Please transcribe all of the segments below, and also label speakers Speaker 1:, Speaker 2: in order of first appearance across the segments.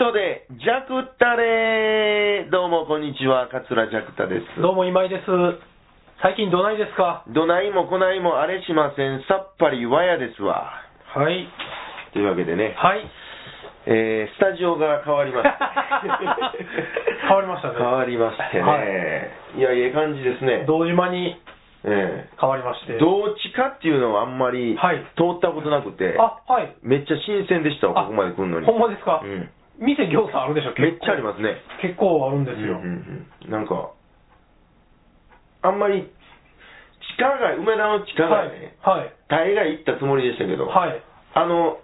Speaker 1: ジャクタレどうもこんにちは、桂ジャクタです。
Speaker 2: どうも今井です。最近どないです か
Speaker 1: どないもこないもあれしません、さっぱりわやですわ。
Speaker 2: はい。
Speaker 1: というわけでね、
Speaker 2: はい。
Speaker 1: えースタジオが変わりました
Speaker 2: 変わりましたね
Speaker 1: 変わりましてね。、
Speaker 2: はい
Speaker 1: や、いい感じですね。
Speaker 2: 堂島に
Speaker 1: え
Speaker 2: 変わりまして。
Speaker 1: えどっちかっていうのはあんまり
Speaker 2: はい
Speaker 1: 通ったことなくて、
Speaker 2: あ、はい。
Speaker 1: めっちゃ新鮮でしたわ、
Speaker 2: あ
Speaker 1: ここまで来るのに。
Speaker 2: ほんまですか、
Speaker 1: うん
Speaker 2: 店行さんあるでしょ
Speaker 1: めっちゃあり
Speaker 2: ま
Speaker 1: ますね。
Speaker 2: す。結構あるんですよ。
Speaker 1: うんうんうんなんか、あんまり、地下街、梅田の地下
Speaker 2: は
Speaker 1: 街
Speaker 2: い
Speaker 1: ね、。
Speaker 2: はい。
Speaker 1: 大概行ったつもりでしたけど、
Speaker 2: はい。
Speaker 1: あの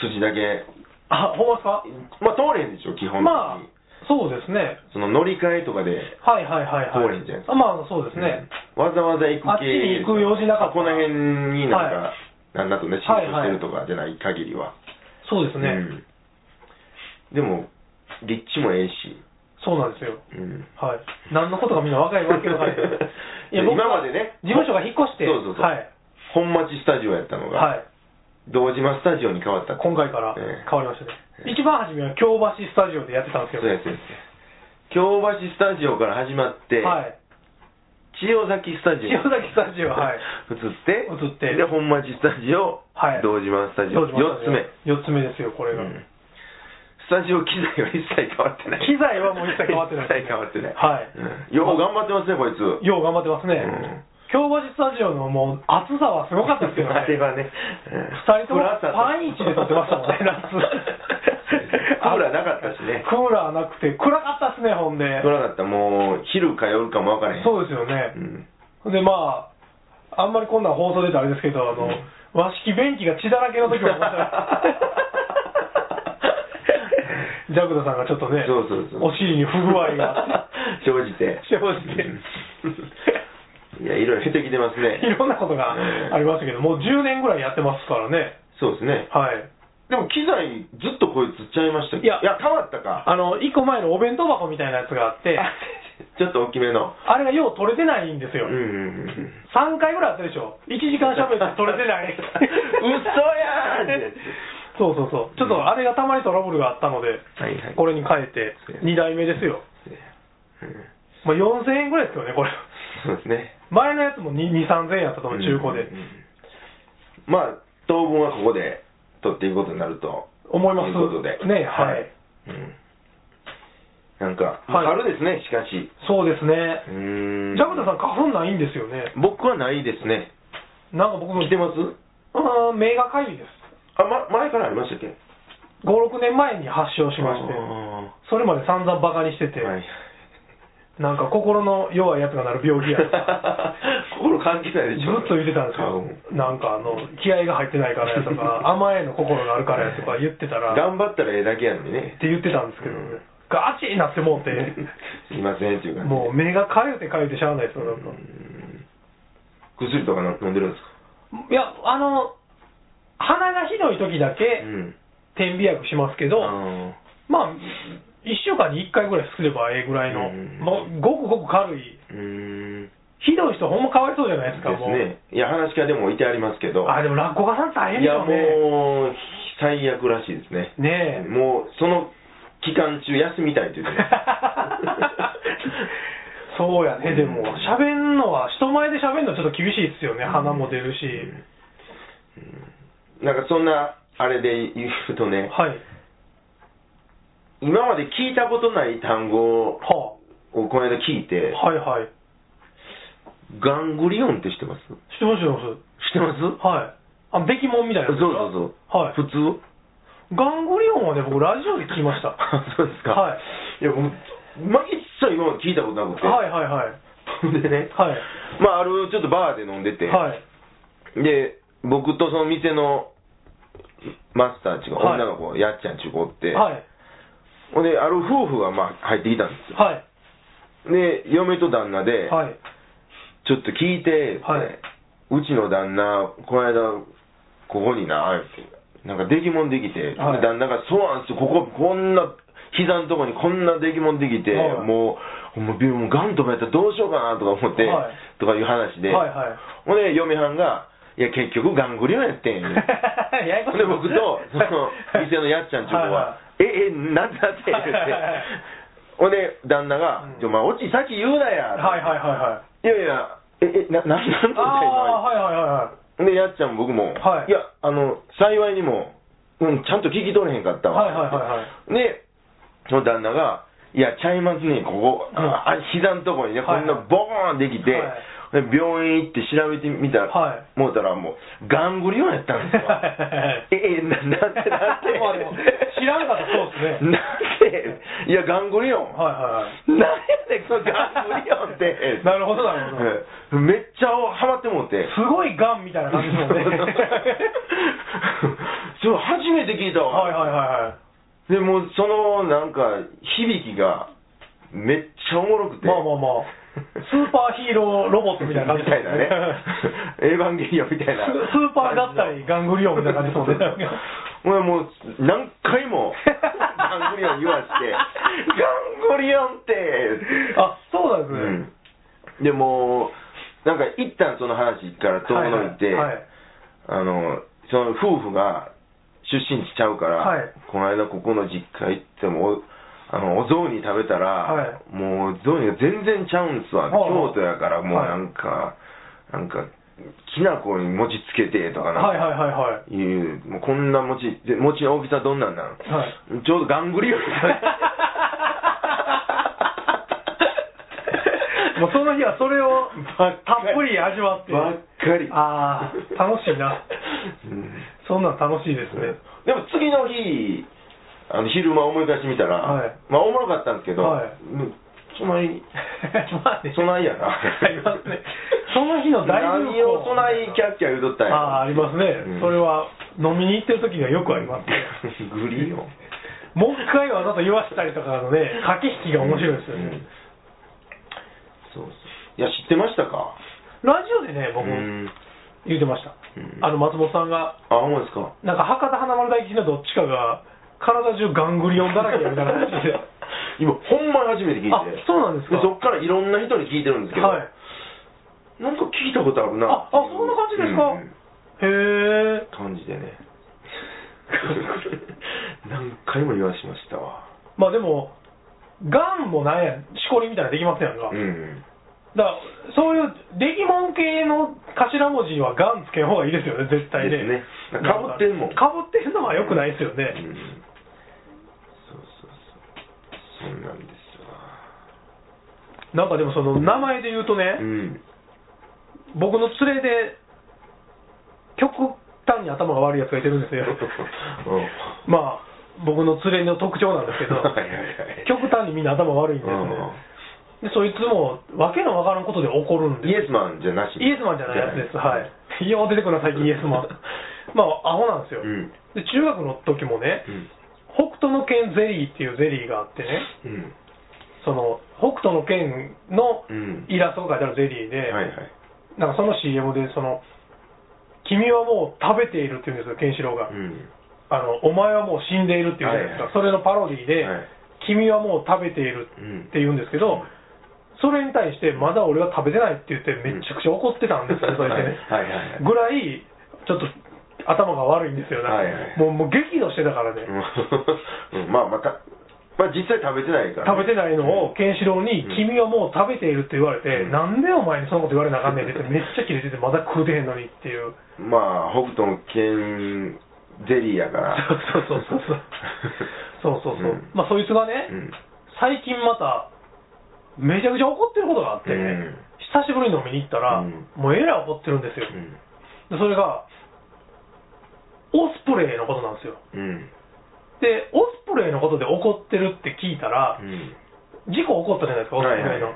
Speaker 1: 筋だけ、
Speaker 2: あ、ほんまですか
Speaker 1: まあ通れへんでしょ、基本的に。
Speaker 2: まあ、そうですね。
Speaker 1: その乗り換えとかで、
Speaker 2: はいはいはい、はい。
Speaker 1: 通れんじゃないですか
Speaker 2: あまあ、そうですね。
Speaker 1: うんわざわざ行く
Speaker 2: あっちに行く用事なかった
Speaker 1: この辺になんか、
Speaker 2: は
Speaker 1: なんだとね、仕事してるとかじゃない限りは。
Speaker 2: そうですね、
Speaker 1: うんでも、立地もええし、
Speaker 2: そうなんですよ。
Speaker 1: うん。
Speaker 2: はい。何のことかみんな若いわけわかんない
Speaker 1: いや
Speaker 2: 僕は
Speaker 1: 今までね
Speaker 2: 事務所が引っ越して、
Speaker 1: そうそうそう
Speaker 2: はい。
Speaker 1: 本町スタジオやったのが、
Speaker 2: はい。
Speaker 1: 堂島スタジオに変わったって
Speaker 2: 今回から
Speaker 1: ええ
Speaker 2: 変わりましたね、
Speaker 1: ええ
Speaker 2: 一番初めは京橋スタジオでやってたんですけ
Speaker 1: そう
Speaker 2: ど、
Speaker 1: ですそうです京橋スタジオから始まって、
Speaker 2: はい、
Speaker 1: 千代崎スタジオ
Speaker 2: 千代崎スタジオ はい
Speaker 1: 移って
Speaker 2: 移って
Speaker 1: で本町スタジオ、
Speaker 2: はい
Speaker 1: 堂島スタジ
Speaker 2: ど
Speaker 1: オ
Speaker 2: うしま
Speaker 1: 4
Speaker 2: し
Speaker 1: つ
Speaker 2: た
Speaker 1: 目、
Speaker 2: 四つ目ですよこれが、
Speaker 1: うんスタジオ機材は一切変わってない
Speaker 2: 機材はもう一切変わってないですね
Speaker 1: 一切変わってない、
Speaker 2: はい
Speaker 1: うんよう頑張ってますねこいつ
Speaker 2: よう頑張ってますね、
Speaker 1: うん
Speaker 2: 京橋スタジオのもう暑さはすごかったですよ
Speaker 1: あれ
Speaker 2: ね
Speaker 1: はね、
Speaker 2: 二人ともパンイチで撮ってましたもんね夏
Speaker 1: クーラーなかったしね
Speaker 2: クーラーなくて暗かったっすねほんで
Speaker 1: 撮らなかったもう昼か夜かも分からへん
Speaker 2: そうですよね、
Speaker 1: うん
Speaker 2: でまあ、あんまりこんなん放送でてあれですけど、あの、
Speaker 1: うん
Speaker 2: 和式便器が血だらけの時 もありましたねジャクダさんがちょっとね、
Speaker 1: そうそうそう
Speaker 2: お尻に不具合があっ
Speaker 1: 生じて
Speaker 2: 生じ て
Speaker 1: うんいやいろいろ減ってきてますね
Speaker 2: て、いろんなことがありましたけど、もう10年ぐらいやってますからね、
Speaker 1: そうですね
Speaker 2: はい。
Speaker 1: でも機材ずっとこいつちゃいましたっけ
Speaker 2: いや
Speaker 1: 変わったか
Speaker 2: あの、1個前のお弁当箱みたいなやつがあって、
Speaker 1: ちょっと大きめの
Speaker 2: あれがよう取れてないんです
Speaker 1: う
Speaker 2: よ。
Speaker 1: んうんうん
Speaker 2: 3回ぐらいあったでしょ。1時間喋って取れてない。
Speaker 1: 嘘やんってやつ
Speaker 2: そうそうそう。ちょっとあれがたまにトラブルがあったので、
Speaker 1: はいはい
Speaker 2: これに変えて
Speaker 1: そうや、
Speaker 2: 2代目ですよ。
Speaker 1: うん
Speaker 2: まあ、4000円ぐらいですよね、これ。
Speaker 1: そうですね
Speaker 2: 前のやつも2、2 3000円やったと思う、中古で
Speaker 1: うん。うんうんまあ当分はここで取っていくことになると
Speaker 2: 思います。
Speaker 1: ということで
Speaker 2: ね、はい。
Speaker 1: うんなんか、
Speaker 2: はい
Speaker 1: 春ですねしかし
Speaker 2: そうです
Speaker 1: う
Speaker 2: ね。
Speaker 1: ーん
Speaker 2: ジャムタさん、花粉ないんですよね。
Speaker 1: 僕はないですね
Speaker 2: なんか僕も、
Speaker 1: 来てます
Speaker 2: うーん、目がかゆいです。
Speaker 1: あ、ま、前からありましたっけ
Speaker 2: 5、6年前に発症しまして、
Speaker 1: あ
Speaker 2: それまで散々バカにしてて、
Speaker 1: ーはい
Speaker 2: なんか心の弱いやつがなる病気やとか。
Speaker 1: 心関係ない
Speaker 2: ず
Speaker 1: でしょ
Speaker 2: っと言ってたんですよ、なんかあの気合が入ってないからやと か、甘えの心があるからやとか言ってたら、っ
Speaker 1: 頑張ったらええだけやのにね
Speaker 2: て言ってたんですけど
Speaker 1: うん
Speaker 2: ね、ガチになってもうて、
Speaker 1: すいませんっていう感じ
Speaker 2: もう目がかゆてかゆてしゃあないですよ、なんか。
Speaker 1: うん薬とか飲んでるんです
Speaker 2: いや、あの、鼻がひどい時だ
Speaker 1: か
Speaker 2: け
Speaker 1: ん
Speaker 2: 点鼻薬しますけど、
Speaker 1: あ
Speaker 2: まあ、1週間に1回ぐらいすればええぐらいの、
Speaker 1: うん
Speaker 2: もうごくごく軽い、
Speaker 1: ーうん
Speaker 2: ひどい人、ほんまかわいそうじゃないで
Speaker 1: で
Speaker 2: す
Speaker 1: す
Speaker 2: か、もう。
Speaker 1: ねいや話がでもいてありますけど
Speaker 2: あ、でも落語家さん大変
Speaker 1: い
Speaker 2: でし
Speaker 1: や
Speaker 2: ょうね。
Speaker 1: もう最悪らしいですね
Speaker 2: ねえ。
Speaker 1: もうその期間中休みたいって言ってね
Speaker 2: そうやね、でも
Speaker 1: うん、
Speaker 2: 喋んのは、人前で喋んのはちょっと厳しいですよね、
Speaker 1: うん
Speaker 2: 鼻も出るし。
Speaker 1: なんかそんなあれで言うとね、
Speaker 2: はい。
Speaker 1: 今まで聞いたことない単語を
Speaker 2: は
Speaker 1: この間聞いて、
Speaker 2: あ、はいはい。
Speaker 1: ガングリオンって知ってます知
Speaker 2: 知ってます、知ってます。
Speaker 1: ってます
Speaker 2: はい。あ、べきもんみたいな
Speaker 1: そ
Speaker 2: や
Speaker 1: う
Speaker 2: つですか
Speaker 1: そうそう。
Speaker 2: はい。
Speaker 1: 普通
Speaker 2: ガングリオンはね、僕、ラジオで聞きました。は
Speaker 1: あ そうですか。。
Speaker 2: はい
Speaker 1: いや、もう、ま一切今まで聞いたことなくて。
Speaker 2: いはいはい。
Speaker 1: ほん でね、
Speaker 2: はい。
Speaker 1: まあ、あるちょっとバーで飲んでて、
Speaker 2: はい。
Speaker 1: で、僕とその店のマスターちゅうか、
Speaker 2: はい
Speaker 1: 女の子、やっちゃんちゅう子おって、
Speaker 2: はい。
Speaker 1: ほんで、ある夫婦がまあ入ってきたんですよ。
Speaker 2: はい。
Speaker 1: で、嫁と旦那で、
Speaker 2: はい。
Speaker 1: ちょっと聞いて、
Speaker 2: はい。
Speaker 1: うちの旦那、この間、ここにな、ってなんか出来もんできて、
Speaker 2: はい
Speaker 1: 旦那が、そうなんですよ、ここ、こんな、膝のとこにこんな出来もんできて、
Speaker 2: はい
Speaker 1: もう、もう、病もうガンとかやったらどうしようかなとか思って、
Speaker 2: はい
Speaker 1: とかいう話で、
Speaker 2: はいはい
Speaker 1: ほんで、嫁はんが、い や、結局、ガングリオンやってん。ほんで、僕と、その、店のやっちゃんちゅう子は、え、え、なんだって言って。ほんで、旦那が
Speaker 2: うん、
Speaker 1: ちょ、お前、オチ先言うなや。
Speaker 2: はいはいはいはい
Speaker 1: いやいや、え、え、な、な、 なん
Speaker 2: ああ
Speaker 1: だっ
Speaker 2: はいはいはいはい
Speaker 1: て。で、やっちゃんも僕も、
Speaker 2: はい
Speaker 1: や、あの、幸いにも、うん、ちゃんと聞き取れへんかったわ。
Speaker 2: はいはいはいはい
Speaker 1: で、その旦那が、いや、ちゃいますね、ここ、
Speaker 2: うん
Speaker 1: ああ膝のとこにね、こ
Speaker 2: はいはい
Speaker 1: んなボーンできて、で病院行って調べてみたら、
Speaker 2: はい
Speaker 1: もうたらもう、ガングリオンやったんですよ。 え、え、ななんて、なんて。
Speaker 2: まあでも知らんかったらそうですね
Speaker 1: なんて、いや、ガングリオン。
Speaker 2: はいはいはい
Speaker 1: なんやねん、そのガングリオンって。
Speaker 2: なるほどなるほど
Speaker 1: ど。 めっちゃハマってもうて。
Speaker 2: すごいガンみたいな感じですもん ね
Speaker 1: そう初めて聞いたわ。
Speaker 2: はいはいはいはい
Speaker 1: でもうそのなんか響きがめっちゃおもろくて
Speaker 2: まあまあまあスーパーヒーローロボットみたいな感じ
Speaker 1: みたい なねエヴァンゲリオンみたいな
Speaker 2: ススーパー合体ガングリオンみたいな感じですもんね
Speaker 1: 俺もう何回もガングリオン言わしてガングリオンって
Speaker 2: あそうなんですね、
Speaker 1: うんでもうなんか一旦その話から遠のいて、
Speaker 2: はいはいはい
Speaker 1: あのその夫婦が出身地ちゃうから、
Speaker 2: はい
Speaker 1: この間ここの実家行ってもおあのお雑煮食べたら、
Speaker 2: は
Speaker 1: もう雑煮が全然ちゃうんすわ、
Speaker 2: はいはい
Speaker 1: 京都やからもう
Speaker 2: はい
Speaker 1: なんか、なんかきな粉に餅つけてとか
Speaker 2: はい
Speaker 1: な
Speaker 2: はいはいはい
Speaker 1: いう、もうこんな餅で餅の大きさどんなんなの、ちょうどガングリオン
Speaker 2: もうその日はそれを
Speaker 1: ばっかり
Speaker 2: たっぷり味わって
Speaker 1: ばっかり
Speaker 2: ああ楽しいな
Speaker 1: うん
Speaker 2: そんなん楽しい ですね、
Speaker 1: でも次の日あの昼間思い出してみたら、
Speaker 2: はい
Speaker 1: まあおもろかったんですけど、
Speaker 2: はい
Speaker 1: うんそない
Speaker 2: まあね
Speaker 1: そないやな
Speaker 2: ありますねその日の大流行
Speaker 1: 何をそないキャッキャ言うとったんや
Speaker 2: ああありますね、
Speaker 1: うん
Speaker 2: それは飲みに行ってる時にはよくありますね
Speaker 1: グリーンを
Speaker 2: もう一回わざと言わしたりとかのね駆け引きが面白いですよね、
Speaker 1: うんそうそういや知ってましたか
Speaker 2: ラジオでね僕
Speaker 1: うん
Speaker 2: 言うてました、
Speaker 1: うん
Speaker 2: あの松本さんが
Speaker 1: あほんまですか
Speaker 2: なんか博多華丸大吉のどっちかが体中ガングリオンだらけやみたいな話で
Speaker 1: 今ほんまに初めて聞いて
Speaker 2: あそうなんですか
Speaker 1: そっからいろんな人に聞いてるんですけど、
Speaker 2: はい
Speaker 1: なんか聞いたことあるな
Speaker 2: ああそんな感じですか、
Speaker 1: うんうん
Speaker 2: へえ
Speaker 1: 感じでね 何回も言わしましたわ
Speaker 2: まあでもガンもなんやしこりみたいなのできますやんか、
Speaker 1: うん
Speaker 2: だからそういうデギモン系の頭文字はガンつけん方がいいですよね絶対ね
Speaker 1: ですねかぶってんもん
Speaker 2: かぶってんのはよくないですよ
Speaker 1: う
Speaker 2: ね、
Speaker 1: んそうそうそうそんなんですわ
Speaker 2: なんかでもその名前で言うとね、
Speaker 1: うん
Speaker 2: 僕の連れで極端に頭が悪いやつがいてるんですよ
Speaker 1: うん
Speaker 2: まあ僕の連れの特徴なんですけど
Speaker 1: はいはいはい
Speaker 2: 極端にみんな頭悪いんですねでそいつもわけのわからんことで怒るんです
Speaker 1: イエスマンじゃなし
Speaker 2: イエスマンじゃないやつです、 はい。よう出てくるな、最近、イエス マン。まあ、アホなんですよ、
Speaker 1: うん
Speaker 2: で、中学の時もね、
Speaker 1: うん
Speaker 2: 北斗の剣ゼリーっていうゼリーがあってね、
Speaker 1: うん
Speaker 2: その北斗の剣の
Speaker 1: うん
Speaker 2: イラストが書いてあるゼリーで、
Speaker 1: はいはい
Speaker 2: なんかその CM で、その、君はもう食べているって言うんですよ、ケンシロウが、
Speaker 1: うん
Speaker 2: あの。お前はもう死んでいるって言うじゃないですか、
Speaker 1: はいはい
Speaker 2: それのパロディで、
Speaker 1: はい
Speaker 2: 君はもう食べている
Speaker 1: うん
Speaker 2: って言うんですけど、それに対して、まだ俺は食べてないって言って、めちゃくちゃ怒ってたんですよ、
Speaker 1: うん
Speaker 2: それでね。
Speaker 1: はいはいはい
Speaker 2: ぐらい、ちょっと頭が悪いんですよね、
Speaker 1: はいはい
Speaker 2: もうもう激怒してたからね、
Speaker 1: うんまあまたまあ実際食べてないからね
Speaker 2: 食べてないのを、ケンシロウに、
Speaker 1: うん
Speaker 2: 君はもう食べているって言われて、
Speaker 1: うん
Speaker 2: なんでお前にそんなこと言われなあかんねんって言って、めっちゃキレてて、まだ食うてへんのにっていう、
Speaker 1: まあ、北斗の剣ゼリーやから。
Speaker 2: そうそうそう そうそうそうそう、
Speaker 1: ん
Speaker 2: まあそいつがね、
Speaker 1: うん
Speaker 2: 最近また、めちゃくちゃ怒ってることがあってね、
Speaker 1: うん
Speaker 2: 久しぶりに飲みに行ったら、
Speaker 1: うん
Speaker 2: もうえらい怒ってるんですよ。でそれがオスプレイのことなんですよ
Speaker 1: うん。うん。
Speaker 2: でオスプレイのことで怒ってるって聞いたら、
Speaker 1: うん。
Speaker 2: 事故起こったじゃないですかオスプレイの、
Speaker 1: はいはい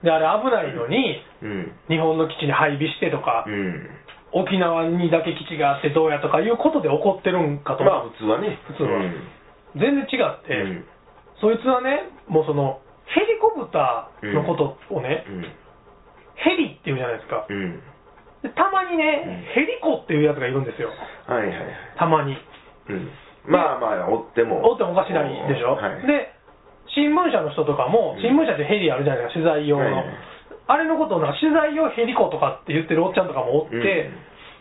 Speaker 2: であれ危ないのに
Speaker 1: うん。
Speaker 2: 日本の基地に配備してとか、
Speaker 1: うん。
Speaker 2: 沖縄にだけ基地があってどうやとかいうことで怒ってるんかと、
Speaker 1: まあ、普通はね。
Speaker 2: 普通は
Speaker 1: うん
Speaker 2: 全然違って、
Speaker 1: うん
Speaker 2: そいつはねもうそのヘリコプターのことをね、ヘリっていうじゃないですか
Speaker 1: うん。うん。
Speaker 2: でたまにね、
Speaker 1: うん
Speaker 2: ヘリコっていうやつがいるんですよ
Speaker 1: はいはいはい。
Speaker 2: たまに
Speaker 1: うん。まあまあ、追っても。
Speaker 2: おってもおかしないでしょ、
Speaker 1: はい。
Speaker 2: で新聞社の人とかも
Speaker 1: うん
Speaker 2: 新聞社ってヘリあるじゃないですか取材用の、
Speaker 1: はいはい
Speaker 2: あれのことをなんか取材用ヘリコとかって言ってるおっちゃんとかもおって、
Speaker 1: うん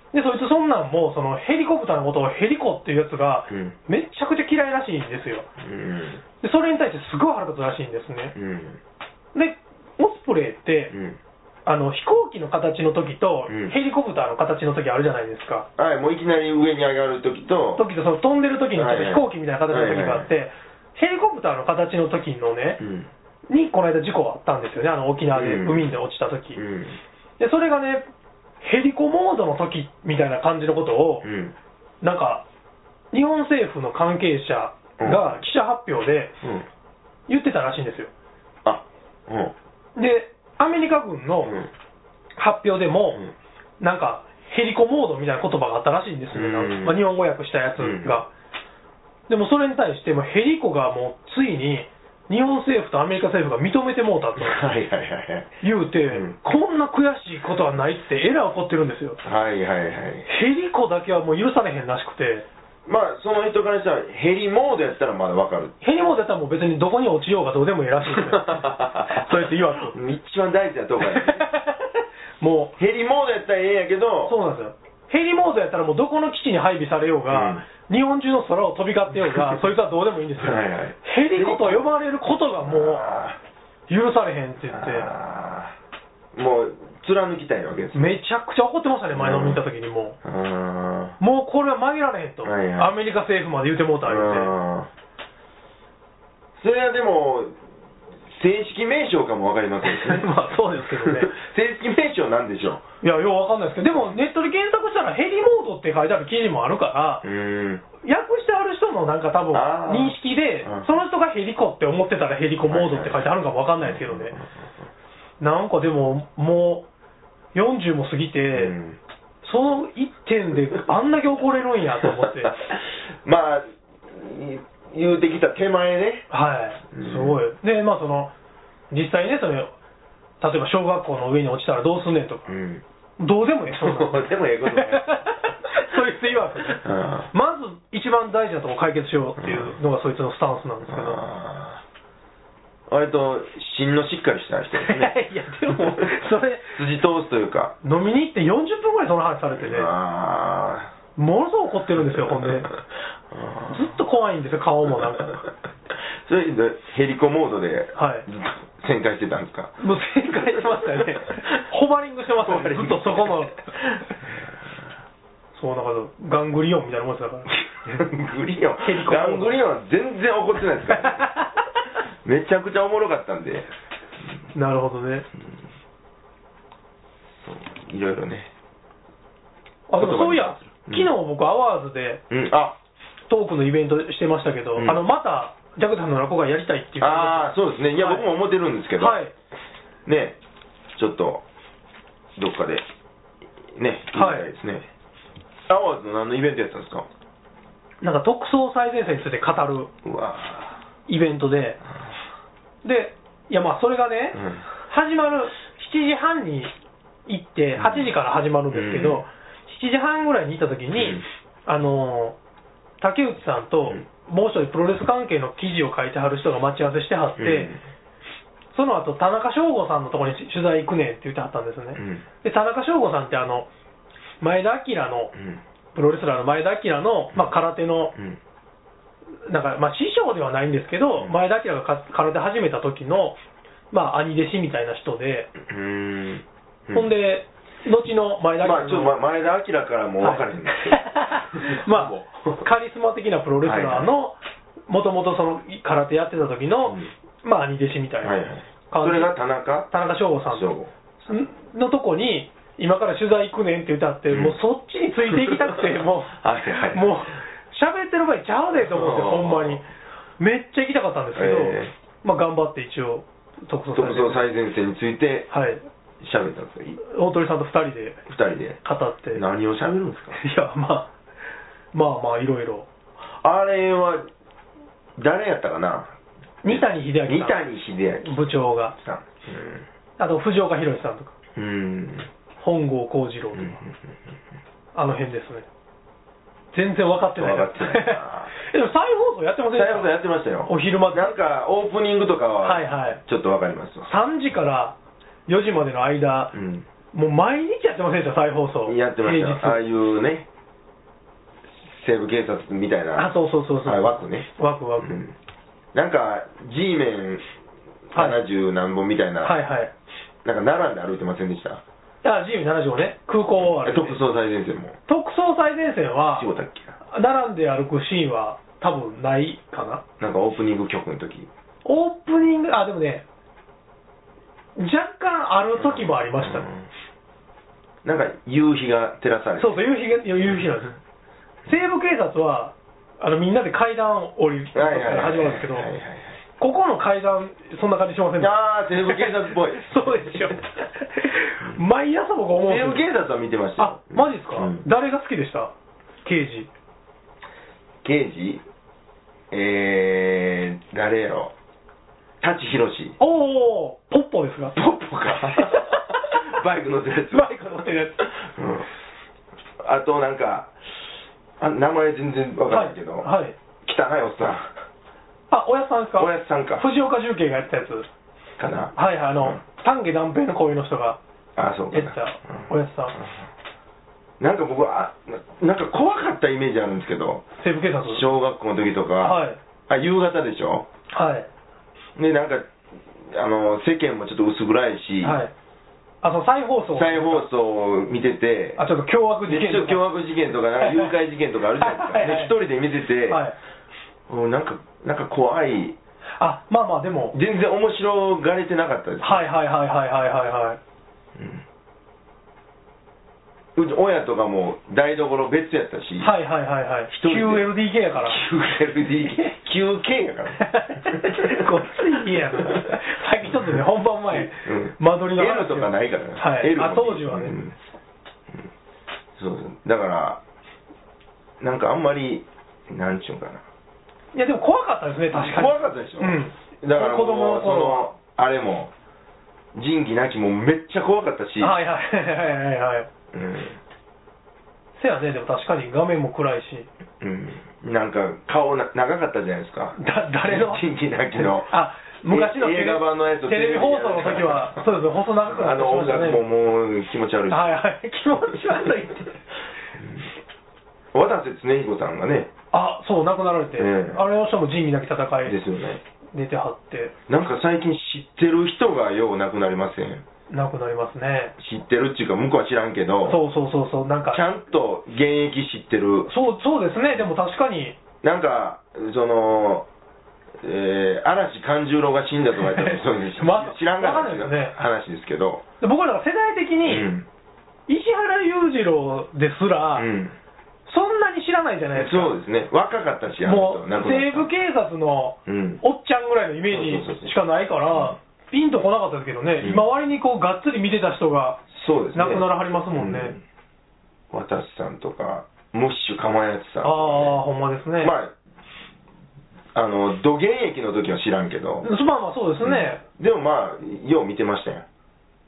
Speaker 2: で、そいつそんなんも、そのヘリコプターのことをヘリコっていうやつが、
Speaker 1: うん
Speaker 2: めちゃくちゃ嫌いらしいんですよ。
Speaker 1: う
Speaker 2: で、
Speaker 1: ん
Speaker 2: それに対してすごい腹立つらしいんですね。
Speaker 1: うん
Speaker 2: で、オスプレイって、
Speaker 1: うん
Speaker 2: あの、飛行機の形の時と、
Speaker 1: うん
Speaker 2: ヘリコプターの形の時あるじゃないですか。
Speaker 1: はいもういきなり上に上がるときと
Speaker 2: 時と、その飛んでる時のちょっと飛行機みたいな形の時があって、
Speaker 1: は
Speaker 2: ヘリコプターの形の時のね
Speaker 1: う、ん
Speaker 2: に、この間事故があったんですよね、あの、沖縄で、
Speaker 1: うん
Speaker 2: 海で落ちた時。
Speaker 1: うん
Speaker 2: で、それがね、ヘリコモードの時みたいな感じのことを、
Speaker 1: うん
Speaker 2: なんか、日本政府の関係者が記者発表で
Speaker 1: う
Speaker 2: 言
Speaker 1: ん
Speaker 2: ってたらしいんですよ。
Speaker 1: あうん
Speaker 2: で、アメリカ軍の
Speaker 1: うん
Speaker 2: 発表でも、
Speaker 1: うん
Speaker 2: なんか、ヘリコモードみたいな言葉があったらしいんですよ、
Speaker 1: うん
Speaker 2: なんかまあ、日本語訳したやつが。でもそれに対して、もうヘリコがもうついに日本政府とアメリカ政府が認めてもうたと
Speaker 1: はいはいはいはい
Speaker 2: 言うて、
Speaker 1: うん
Speaker 2: こんな悔しいことはないって、えらい怒ってるんですよ。
Speaker 1: はいはいはい
Speaker 2: ヘリコだけはもう許されへんらしくて、
Speaker 1: まあその人からしたらヘリモードやったらまだわかる
Speaker 2: ヘリモードやったらもう別にどこに落ちようがどうでもいい らしいんです よそうやって言わず。
Speaker 1: 一番大事なとこやね
Speaker 2: も
Speaker 1: ヘリモードやったらええんやけ
Speaker 2: う、
Speaker 1: ど
Speaker 2: そうなんですよ。ヘリモードやったらもうどこの基地に配備されようが、日本中の空を飛び交ってよう が、そいつはどうでもいいんですよ。
Speaker 1: はいはい
Speaker 2: ヘリコと呼ばれることがもう
Speaker 1: あ
Speaker 2: 許されへんって言
Speaker 1: ー
Speaker 2: っ
Speaker 1: あーもう貫きたいわけです
Speaker 2: て、めちゃくちゃ怒ってましたね、前の見た時にもう。
Speaker 1: あー
Speaker 2: もうこれは曲げられへんと、
Speaker 1: はいはい
Speaker 2: アメリカ政府まで言うてもうた言うて。
Speaker 1: あーそれはでも正式名称かもわかりませんしね
Speaker 2: まあそうですけどね
Speaker 1: 正式名称なんでしょ
Speaker 2: いや、ようわかんないですけど、でもネットで検索したらヘリモードって書いてある記事もあるから、
Speaker 1: ううん
Speaker 2: 訳してある人のなんか多分
Speaker 1: あー
Speaker 2: 認識で
Speaker 1: うん、
Speaker 2: その人がヘリコって思ってたらヘリコモードって書いてあるんかもわかんないですけどね。なんかでも、もう40も過ぎて、
Speaker 1: うん
Speaker 2: その一点であんだけ怒れるんやと思 って、
Speaker 1: まあい言うてきた手前ね
Speaker 2: はい、
Speaker 1: うん
Speaker 2: すごい。で、まあその、実際ね、その例えば小学校の上に落ちたらどうすんねんとか、
Speaker 1: うん
Speaker 2: どうでもいい、そんなの
Speaker 1: でもええことない
Speaker 2: そいつ言わずね
Speaker 1: うん
Speaker 2: まず一番大事なとこ解決しようっていうのがそいつのスタンスなんですけど。
Speaker 1: あー割と芯のしっかりした人です ね
Speaker 2: いやで もそれ
Speaker 1: 筋通すというか
Speaker 2: 飲みに行って40分ぐらいその話されてね、
Speaker 1: ああ
Speaker 2: ものすごく怒ってるんですよ、ほんで。ず
Speaker 1: あ
Speaker 2: っと怖いんですよ、顔もなんか。
Speaker 1: それでヘリコモードで
Speaker 2: はい
Speaker 1: ずっと旋回してたんで すか
Speaker 2: もう正解してましたよね。 ホバリングしてましたよね、ずっとそこの。 そう、なんかガングリオンみたいなもんですだから。
Speaker 1: グリオン
Speaker 2: ヘリコモー
Speaker 1: ガ
Speaker 2: ド
Speaker 1: ングリオンは全然怒ってないですからめちゃくちゃおもろかったんで
Speaker 2: なるほどね。
Speaker 1: そういろいろね
Speaker 2: あ、でもそういや、
Speaker 1: うん
Speaker 2: 昨日僕、アワーズで
Speaker 1: うんあ
Speaker 2: トークのイベントしてましたけど、
Speaker 1: うん
Speaker 2: あの、また、ジャクさんの落語がやりたいっていう
Speaker 1: ああそうですねいや、
Speaker 2: はい
Speaker 1: 僕も思ってるんですけど、
Speaker 2: はい。
Speaker 1: ねちょっとどっかでね
Speaker 2: はい
Speaker 1: いいですね、アワーズの何のイベントやったんですか
Speaker 2: なんか特捜最前線について語る
Speaker 1: うわ
Speaker 2: イベントで、で、いやまあそれがね、
Speaker 1: うん
Speaker 2: 始まる、7時半に行って、
Speaker 1: うん
Speaker 2: 8時から始まるんですけ
Speaker 1: うん
Speaker 2: ど、7時半ぐらいに行った時に、
Speaker 1: うん
Speaker 2: あのー竹内さんと
Speaker 1: うん、
Speaker 2: もう一人プロレス関係の記事を書いてはる人が待ち合わせしてはって、
Speaker 1: うん
Speaker 2: その後田中翔吾さんのところに取材行くねんって言ってはったんですね。
Speaker 1: うん
Speaker 2: で、田中翔吾さんってあの、前田明の
Speaker 1: う、ん
Speaker 2: プロレスラーの前田明の、まあ、空手の
Speaker 1: うん
Speaker 2: なんか、まあ、師匠ではないんですけど、
Speaker 1: うん
Speaker 2: 前田明がか空手始めた時の、まあ、兄弟子みたいな人で、
Speaker 1: うん
Speaker 2: ほんで、後の前田明
Speaker 1: まあち
Speaker 2: の、
Speaker 1: ょっとま前田明からもう分からへんですけど、
Speaker 2: まあ、カリスマ的なプロレスラーの、もともとその空手やってた時の、
Speaker 1: うん
Speaker 2: まあ、兄弟子みたいな
Speaker 1: はいはい
Speaker 2: 感じ
Speaker 1: それが田中
Speaker 2: 田中翔吾さん
Speaker 1: 翔吾
Speaker 2: のとこに、今から取材行くねんって歌って、
Speaker 1: うん
Speaker 2: もうそっちについていきたく て、もう、
Speaker 1: はいはい
Speaker 2: もう、喋ってる場合ちゃうでと思って、
Speaker 1: うん
Speaker 2: ほんまに。めっちゃ行きたかったんですけど、
Speaker 1: え
Speaker 2: まあ頑張って一応、特捜
Speaker 1: 特
Speaker 2: されて
Speaker 1: 捜最前線について
Speaker 2: はい。
Speaker 1: 喋ったんですか
Speaker 2: 大鳥さんと二人で
Speaker 1: 二人で
Speaker 2: 語って、い
Speaker 1: 何を喋るんですか
Speaker 2: や、まあ、まあまあ、いろいろ。
Speaker 1: あれは誰やったかな
Speaker 2: 二谷秀明
Speaker 1: 三
Speaker 2: さ
Speaker 1: 谷秀
Speaker 2: ん、
Speaker 1: 明
Speaker 2: 部長が、
Speaker 1: さん
Speaker 2: あと藤岡弘さんとか、
Speaker 1: うんうん
Speaker 2: 本郷幸次郎とか、あの辺ですね。全然分かってない
Speaker 1: 分かってないな
Speaker 2: えでも再放送やってませんで
Speaker 1: 最
Speaker 2: した
Speaker 1: 後やってましたよ
Speaker 2: お昼間
Speaker 1: なんかオープニングとか
Speaker 2: はい
Speaker 1: は
Speaker 2: はい。
Speaker 1: ちょっとわかりますわ
Speaker 2: 3時から4時までの間、
Speaker 1: うん
Speaker 2: もう毎日やってませんでした、再放送。
Speaker 1: やってましたよ。ああ
Speaker 2: 平
Speaker 1: い
Speaker 2: 日。
Speaker 1: うね、西部警察みたいな、
Speaker 2: あ、そうそうそうそう。
Speaker 1: あれ枠ね。
Speaker 2: ワクワク。
Speaker 1: うんなんか、G メン
Speaker 2: はい
Speaker 1: 70何本みたいな、
Speaker 2: はいはい。
Speaker 1: なんか並んで歩いてませんでした
Speaker 2: あ、自由70をね、空港を歩いて
Speaker 1: 特捜最前線も。
Speaker 2: 特捜最前線は
Speaker 1: 仕、事だっけな
Speaker 2: 並んで歩くシーンは多分ないかな。
Speaker 1: なんかオープニング曲の時
Speaker 2: オープニング、あ、でもね、若干ある時もありました
Speaker 1: う
Speaker 2: ね。
Speaker 1: んなんか夕日が照らされて
Speaker 2: そうそう、夕日が、夕日なんです。西部警察は、あの、みんなで階段降りるとこか
Speaker 1: はいはい
Speaker 2: ら
Speaker 1: はい
Speaker 2: 始まるんですけど
Speaker 1: はいはいはい、
Speaker 2: ここの階段、そんな感じしませんか
Speaker 1: あー西部警察っぽい
Speaker 2: そうです よ。毎朝僕思うん
Speaker 1: 西部
Speaker 2: ですよ
Speaker 1: 警察は見てました
Speaker 2: あ
Speaker 1: よ、
Speaker 2: マジですか
Speaker 1: うん
Speaker 2: 誰が好きでした刑事。
Speaker 1: 刑事えー、誰やろ舘ひろし
Speaker 2: おー、ポッポですか
Speaker 1: ポッポ か バイク乗ってるやつ
Speaker 2: バイク乗ってるやつ
Speaker 1: うんあとなんかあ名前全然わかんないけど、
Speaker 2: はいはい
Speaker 1: 汚いおっさ
Speaker 2: あ、おやっさんですか
Speaker 1: おやっさんか
Speaker 2: 藤岡重慶がやったやつ。は
Speaker 1: んかな、
Speaker 2: いはい、あ
Speaker 1: うん
Speaker 2: の、丹下断平の恋の人が。
Speaker 1: あそうか
Speaker 2: えっとおやっさん
Speaker 1: なんか僕はあななんか怖かったイメージあるんですけど
Speaker 2: 西部警察。
Speaker 1: 小学校の時とか、
Speaker 2: はい
Speaker 1: あ夕方でしょ
Speaker 2: はい。
Speaker 1: でなんかあの世間もちょっと薄暗いし、
Speaker 2: はい。あ、その再放送。
Speaker 1: 再放送を見てて
Speaker 2: あ、ちょっと凶悪事
Speaker 1: で
Speaker 2: 件
Speaker 1: ちょっと凶
Speaker 2: とか。
Speaker 1: 悪事件とかなんか誘拐事件とかあるじゃないですかで一人で見てて、
Speaker 2: はい。
Speaker 1: もうなんかなんか怖い
Speaker 2: あ、まあまあ、でも。
Speaker 1: 全然面白がれてなかったです、
Speaker 2: はいはいはいはいはいはいはい。
Speaker 1: うち親とかも台所別やったし、
Speaker 2: はいはいはいはい。
Speaker 1: 一人で
Speaker 2: QLDK や から。
Speaker 1: QLDK9K やから
Speaker 2: ごっつい家やな。さっきちょっとね、本番前、
Speaker 1: うん
Speaker 2: 間取りの話
Speaker 1: L とかないからね
Speaker 2: はい。
Speaker 1: L も
Speaker 2: あ、当時はね。
Speaker 1: うんうんそうそうだからなんかあんまりなんちゅうんかない
Speaker 2: や、でも怖かったですね、確かに。
Speaker 1: 怖かったでしょ、
Speaker 2: うん。
Speaker 1: だからもう
Speaker 2: 子供の
Speaker 1: そ
Speaker 2: 頃は
Speaker 1: のあれも仁義なきもめっちゃ怖かったし、
Speaker 2: はいはいはいはいはい。
Speaker 1: う
Speaker 2: せやね、でも確かに画面も暗いし。
Speaker 1: んうん、なんか顔な長かったじゃないですか
Speaker 2: だ誰の
Speaker 1: 仁義なきの
Speaker 2: あ、昔の
Speaker 1: え映画版のやつ
Speaker 2: テレビ放送の時は、そうですね、細長くな
Speaker 1: あ
Speaker 2: って
Speaker 1: の
Speaker 2: ま
Speaker 1: 音
Speaker 2: した
Speaker 1: 楽
Speaker 2: ね。
Speaker 1: ももう気持ち悪いし、
Speaker 2: はいはい、気持ち悪いって。
Speaker 1: 渡瀬恒彦さんがね
Speaker 2: あ、そう、亡くなられて、
Speaker 1: ええ
Speaker 2: あれの人も仁義なき戦い
Speaker 1: ですよね
Speaker 2: 出てはって、
Speaker 1: なんか最近知ってる人がよう亡くなりません
Speaker 2: 亡くなりますね。
Speaker 1: 知ってるっていうか向こうは知らんけど
Speaker 2: そうそうそうそう、なんか
Speaker 1: ち、ゃんと現役知ってる
Speaker 2: そうそうですね、でも確かに、
Speaker 1: なんかそのえー、嵐勘十郎が死んだとか言ったらそういう
Speaker 2: ま
Speaker 1: 知らんが
Speaker 2: わ
Speaker 1: な
Speaker 2: かんないですね
Speaker 1: 話ですけど、
Speaker 2: で僕らが世代的
Speaker 1: う
Speaker 2: に、
Speaker 1: ん
Speaker 2: 石原裕次郎ですら、
Speaker 1: うん、
Speaker 2: そんなに知らないじゃないですか。
Speaker 1: そうですね若かったしあ
Speaker 2: もう
Speaker 1: の人亡くな
Speaker 2: 西
Speaker 1: った
Speaker 2: 部警察の
Speaker 1: うん
Speaker 2: おっちゃんぐらいのイメー
Speaker 1: そうそうそうそう
Speaker 2: ジしかないから、ピンとこなかったですけどね、
Speaker 1: うん
Speaker 2: 今、割にこうがっつり見てた人が、
Speaker 1: そうですね
Speaker 2: 亡くならはりますもんね。
Speaker 1: うん渡瀬さんとかムッシュかまやつさん
Speaker 2: あ
Speaker 1: とかね、
Speaker 2: あ、ほんまですね。まあ
Speaker 1: まあ、あの、土現役の時は知らんけど、
Speaker 2: まあまあそうですね、
Speaker 1: うんでもまあ、よう見てましたよ。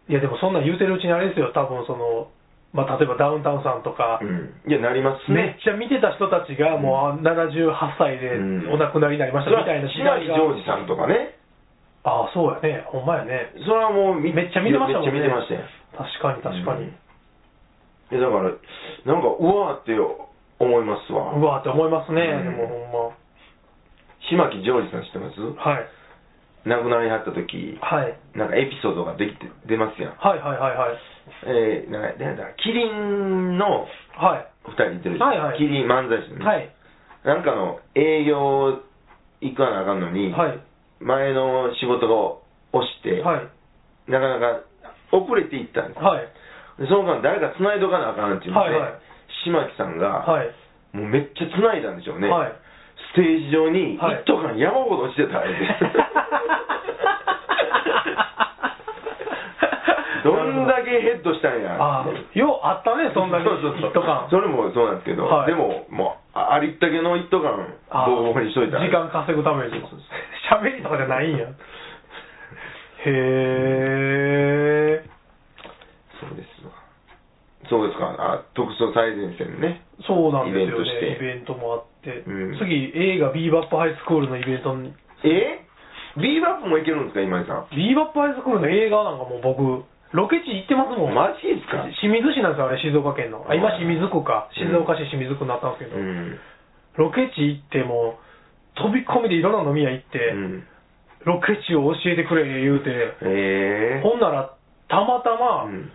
Speaker 2: いやでもそんなん言うてるうちにあれですよ、多分その、まあ、例えばダウンタウンさんとか、
Speaker 1: うん。いや、なります
Speaker 2: め
Speaker 1: ね
Speaker 2: っ。ちゃ見てた人たちが、もう78歳で
Speaker 1: うん
Speaker 2: お亡くなりになりましたみたいな時
Speaker 1: しな
Speaker 2: 代
Speaker 1: りジ
Speaker 2: が、
Speaker 1: ョージさんとかね。
Speaker 2: ああ、そうやね、ほんまやね、
Speaker 1: それはもう見
Speaker 2: めっちゃ見てましたもんね、
Speaker 1: めっちゃ見てましたよ。
Speaker 2: 確かに確かに、
Speaker 1: うんえだから、なんか、うわーって思いますわ。
Speaker 2: うわーって思いますね、
Speaker 1: うん
Speaker 2: でもほん
Speaker 1: 島木ジョージさん知ってます
Speaker 2: ま、はい、
Speaker 1: 亡くなりはった時、
Speaker 2: はい、
Speaker 1: なんかエピソードができて、出ますやん。
Speaker 2: はいはいはいはい。
Speaker 1: えー、なんか、なんだ、キリンの
Speaker 2: はい。
Speaker 1: 二人いてるでしょ
Speaker 2: はいはい
Speaker 1: キリン漫才師のね
Speaker 2: はい。
Speaker 1: なんかの営業行かなあかんのに、
Speaker 2: はい。
Speaker 1: 前の仕事を押して、
Speaker 2: はい。
Speaker 1: なかなか遅れて行ったんです、
Speaker 2: はい。
Speaker 1: でその間誰か繋いどかなあかんっていうので、
Speaker 2: はいはい
Speaker 1: 島木さんが、
Speaker 2: はい。
Speaker 1: もうめっちゃ繋いだんでしょうね、
Speaker 2: はい
Speaker 1: ステージ上に
Speaker 2: はい
Speaker 1: 一斗缶山ほど落ちてたあれで どんだけヘッドしたんや
Speaker 2: ああ、ようあったね、 そんなに。
Speaker 1: そうそうそう
Speaker 2: 一斗缶
Speaker 1: それもそうなんですけど、
Speaker 2: はい
Speaker 1: でももうあありったけの一斗缶
Speaker 2: ああ
Speaker 1: ボコボコにしといたら
Speaker 2: 時間稼ぐために
Speaker 1: そうそう。
Speaker 2: 喋りとかじゃないんや。へえ。
Speaker 1: そうですわそうですかあ特捜最前線ね
Speaker 2: そうなんです
Speaker 1: イベン
Speaker 2: よ
Speaker 1: トして
Speaker 2: ね。イベントもあって
Speaker 1: うん。
Speaker 2: 次、映画ビーバップハイスクールのイベントに。
Speaker 1: えビーバップもいけるんですか今井さん
Speaker 2: ビーバップハイスクールの映画なんかもう僕、ロケ地行ってますもん。
Speaker 1: マジですか
Speaker 2: 清水市なんですよ、あれ、静岡県の。あ、今、清水区か。静岡市清水区になったんですけ
Speaker 1: う
Speaker 2: ど、
Speaker 1: ん。
Speaker 2: ロケ地行ってもう、飛び込みでいろんな飲み屋行って、
Speaker 1: うん
Speaker 2: ロケ地を教えてくれ、言うて。
Speaker 1: ええ
Speaker 2: ほんなら、たまたま、
Speaker 1: うん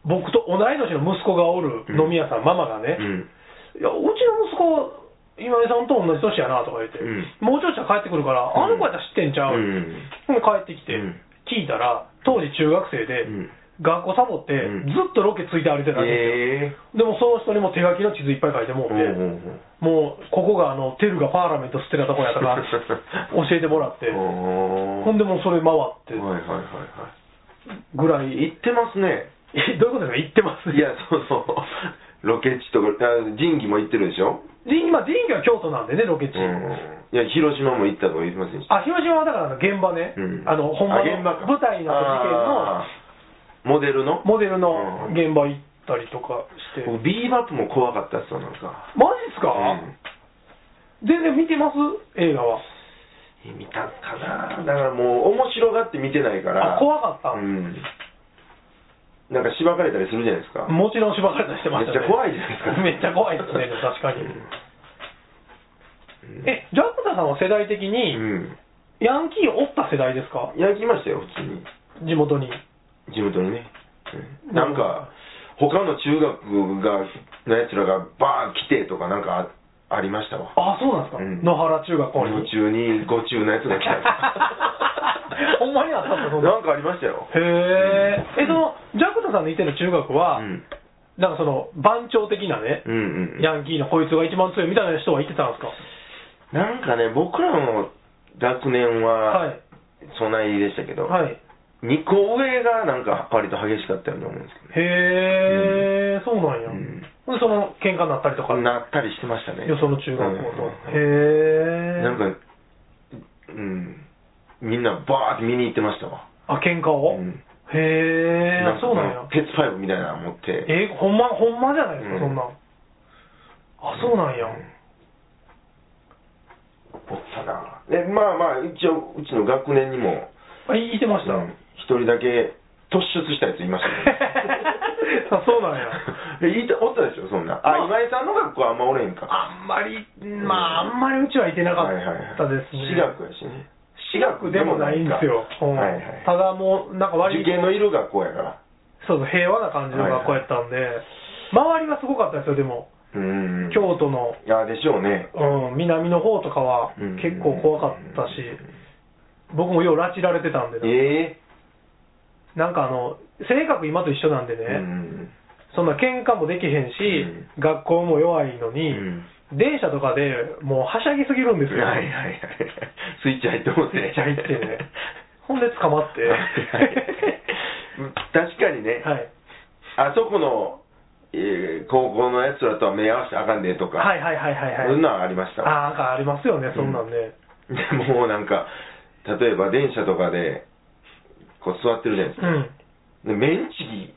Speaker 2: 僕と同い年の息子がおる飲み屋さん、ママがね、
Speaker 1: うん
Speaker 2: いや、うちの息子、今井さんと同じ年やなとか言って、
Speaker 1: うん
Speaker 2: もうちょいしたら帰ってくるから、
Speaker 1: うん
Speaker 2: あの子やったら知ってんちゃう、
Speaker 1: うん
Speaker 2: ほんで帰ってきて、
Speaker 1: うん
Speaker 2: 聞いたら、当時中学生で、
Speaker 1: うん
Speaker 2: 学校サボって、
Speaker 1: うん
Speaker 2: ずっとロケついて歩いてたんですよ、
Speaker 1: ええ
Speaker 2: でもその人にも手書きの地図いっぱい書いてもうて、
Speaker 1: うんうんうん
Speaker 2: もうここがあのテルがパーラメント捨てたとこやとか 教えてもらって、
Speaker 1: おー
Speaker 2: ほんでもうそれ回って
Speaker 1: はいはいはいは
Speaker 2: ぐら
Speaker 1: い。
Speaker 2: い、
Speaker 1: 行ってますね。
Speaker 2: えどういうことですか、行ってます、
Speaker 1: いや、そうそう。ロケ地とか、あ神器も行ってるでしょ
Speaker 2: で今、神宮は京都なんでね、ロケ地。
Speaker 1: うん。いや、広島も行ったとか言いませんでした。
Speaker 2: あ広島はだから現場ね、
Speaker 1: うん
Speaker 2: あの本場の
Speaker 1: あ現場か
Speaker 2: 舞台の事件の
Speaker 1: あーモデルの
Speaker 2: モデルの現場行ったりとかして、
Speaker 1: 僕ビーバップも怖かったっすよ、なんか。
Speaker 2: マジっすか、
Speaker 1: うん
Speaker 2: 全然見てます映画は
Speaker 1: 見たかなだからもう面白がって見てないから
Speaker 2: あ怖かった
Speaker 1: うんなんかしばかれたりするじゃないですか
Speaker 2: もちろんしばかれたりしてましたね
Speaker 1: めっちゃ怖いじゃないですか
Speaker 2: めっちゃ怖いですねでも確かに、
Speaker 1: うん
Speaker 2: えジャクタさんは世代的
Speaker 1: う
Speaker 2: に
Speaker 1: ん
Speaker 2: ヤンキーを追った世代ですか
Speaker 1: いや来ましたよ普通に
Speaker 2: 地元に
Speaker 1: 地元にね、うんなんか他の中学がのやつらがバーン来てとかなんかあありましたわ
Speaker 2: あそうなんですか、
Speaker 1: うん
Speaker 2: 野原中学校
Speaker 1: 午
Speaker 2: に
Speaker 1: 中に午中のやつが来た
Speaker 2: ほんまにあったんですかそんな
Speaker 1: なんかありましたよ
Speaker 2: へええそのジャクタさんのいてる中学は、
Speaker 1: うん
Speaker 2: なんかその番長的なね、
Speaker 1: うんうんうん
Speaker 2: ヤンキーのこいつが一番強いみたいな人がいてたんですか
Speaker 1: なんかね僕らの学年
Speaker 2: は。
Speaker 1: はいそないでしたけど、
Speaker 2: はい。
Speaker 1: 2個上がなんか割と激しかったように思うんですけどね
Speaker 2: へえ、そうなんや。
Speaker 1: うん
Speaker 2: ほんでその喧嘩になったりとか、よ
Speaker 1: なったりしてましたね
Speaker 2: その中学校と。
Speaker 1: うん
Speaker 2: へえ。
Speaker 1: なんかうんみんなバーって見に行ってましたわ
Speaker 2: あ、喧嘩を、
Speaker 1: うん
Speaker 2: へえ、あ
Speaker 1: か
Speaker 2: そうなんや。
Speaker 1: 鉄パイプみたいなの持って
Speaker 2: え、ほんま、ほんまじゃないですか、
Speaker 1: うん
Speaker 2: そんなん。あ、そうなんや。
Speaker 1: おったなでまあまあ一応うちの学年にも
Speaker 2: あ、いいてました。
Speaker 1: うん一人だけ突出したやついましたけど
Speaker 2: あそう なんや
Speaker 1: いたおったでしょそんな
Speaker 2: まあ
Speaker 1: あ今井さんの学校はあんまおれんか
Speaker 2: あんまり、まあ、あんまりうちはいてなかったですね。
Speaker 1: 私学やしね
Speaker 2: 私学でもないんですよ。
Speaker 1: 私学でもない
Speaker 2: うん
Speaker 1: か
Speaker 2: ただもう、なんか
Speaker 1: はいは
Speaker 2: 割
Speaker 1: い受
Speaker 2: と
Speaker 1: 験のいる学校やから
Speaker 2: そうそう、平和な感じの学校やったんで、周りはすごかったですよ、でも、
Speaker 1: うん
Speaker 2: 京都の、
Speaker 1: いやでしょうね
Speaker 2: うん、南の方とかは
Speaker 1: うん
Speaker 2: 結構怖かったし、僕もよう拉致られてたんでね、
Speaker 1: え
Speaker 2: なんかあの、性格今と一緒なんでね
Speaker 1: え、うん
Speaker 2: そんな喧嘩もできへんし、
Speaker 1: う
Speaker 2: 学校も弱いのに、
Speaker 1: うん
Speaker 2: 電車とかでもうはしゃぎすぎるんですよ。
Speaker 1: はいはいはいスイッチ入ってもうて
Speaker 2: めっちゃ入ってね。 ほんで捕まって。
Speaker 1: はいはい確かにね、
Speaker 2: はい
Speaker 1: あそこの、えー高校のやつらとは目合わせてあかんでとか、
Speaker 2: はいはいはいはいはい。
Speaker 1: そんなんありましたわ
Speaker 2: あーなんかありますよね、そんなんね。
Speaker 1: でもうなんか例えば電車とかでこう座ってるじゃないです
Speaker 2: う
Speaker 1: か、
Speaker 2: ん。
Speaker 1: でメンチ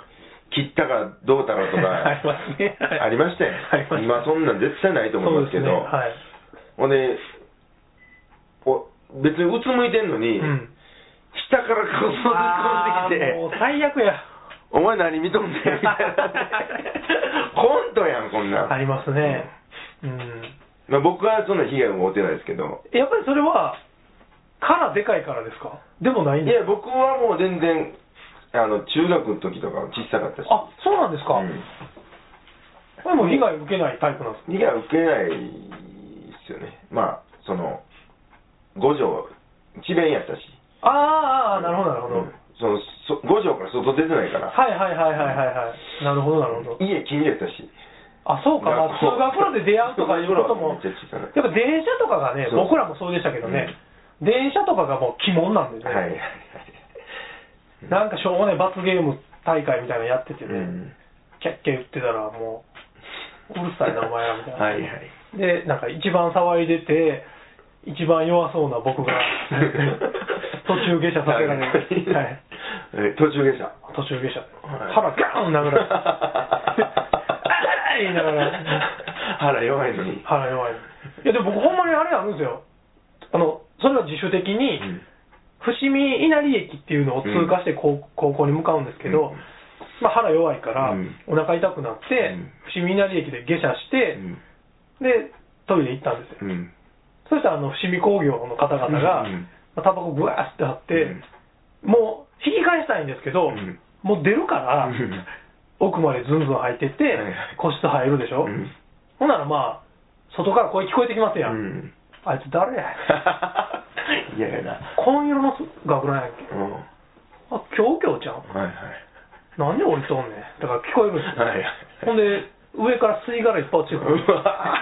Speaker 1: 切ったからどうたろうとか
Speaker 2: ありますねはい
Speaker 1: ありましたよ、
Speaker 2: ありました
Speaker 1: 今そんなん絶対ないと思いますけど
Speaker 2: そうですねはい
Speaker 1: ほんでお別にうつむいてんのに、
Speaker 2: うん
Speaker 1: 下からこう
Speaker 2: あ
Speaker 1: 突っ込んできて
Speaker 2: ーもう最悪や。
Speaker 1: お前何見とんねんみた いなコントやんこんなん
Speaker 2: ありますね。うん。
Speaker 1: まあ、僕はそんな被害を負ってないですけど
Speaker 2: やっぱりそれは、からでかいからですかでもないん
Speaker 1: い
Speaker 2: です
Speaker 1: や僕はもう全然あの中学の時とかは小さかったし
Speaker 2: あ、そうなんですか。
Speaker 1: うん
Speaker 2: これも被害受けないタイプなんですか
Speaker 1: 被害を受けないですよねまあその五条智弁やったし
Speaker 2: あーあー、なるほど、なるほど。
Speaker 1: うんそのそ五条から外出てないから、
Speaker 2: はいはいはいはいはいはい。なるほど、なるほど。
Speaker 1: 家近所やったし
Speaker 2: あ、そうか、まあ、通
Speaker 1: 学
Speaker 2: 学
Speaker 1: 校
Speaker 2: 路で出会うとかいうことも、
Speaker 1: 通学路
Speaker 2: や
Speaker 1: はめっちゃ小さい
Speaker 2: っぱ電車とかがね、
Speaker 1: そう
Speaker 2: 僕らもそうでしたけどね、電車とかがもう鬼門なんでね、
Speaker 1: はいはいはい
Speaker 2: なんかしょうもない罰ゲーム大会みたいなのやっててね、
Speaker 1: うん
Speaker 2: キャッキャ言ってたらもう、うるさいな、お前らみたいな。
Speaker 1: はいはい、
Speaker 2: で、なんか一番騒いでて、一番弱そうな僕が途中下車させられる。はい
Speaker 1: え途中下車
Speaker 2: 途中下車。
Speaker 1: はい
Speaker 2: 腹ガーン殴られ て。あー言いながら。
Speaker 1: 腹弱いのに
Speaker 2: 腹弱い。いや、でも僕ほんまにあれあるんですよ。あの、それは自主的に、
Speaker 1: うん
Speaker 2: 伏見稲荷駅っていうのを通過して高,、高校に向かうんですけど、
Speaker 1: うん
Speaker 2: まあ、腹弱いから、
Speaker 1: うん
Speaker 2: お腹痛くなって、
Speaker 1: うん
Speaker 2: 伏見稲荷駅で下車して、でトイレ行ったんですよ、
Speaker 1: うんうん
Speaker 2: そしたらあの伏見工業の方々が、
Speaker 1: うん
Speaker 2: まあタバコブワーって貼って、
Speaker 1: うん
Speaker 2: もう引き返したいんですけど、
Speaker 1: うん
Speaker 2: もう出るから、
Speaker 1: うん
Speaker 2: 奥までずんずん入ってって、
Speaker 1: はい
Speaker 2: 個室入るでしょ、
Speaker 1: うん
Speaker 2: ほんならまあ外から声聞こえてきますやん、
Speaker 1: うん
Speaker 2: あいつ誰や
Speaker 1: 嫌やな
Speaker 2: 紺色の学ランやんけ
Speaker 1: うんは
Speaker 2: あ京京ちゃん
Speaker 1: いはい
Speaker 2: なんで降りとんねんだから聞こえるんですよ、
Speaker 1: はい
Speaker 2: ほんで上から吸い殻いっぱい落ちてくる
Speaker 1: うわは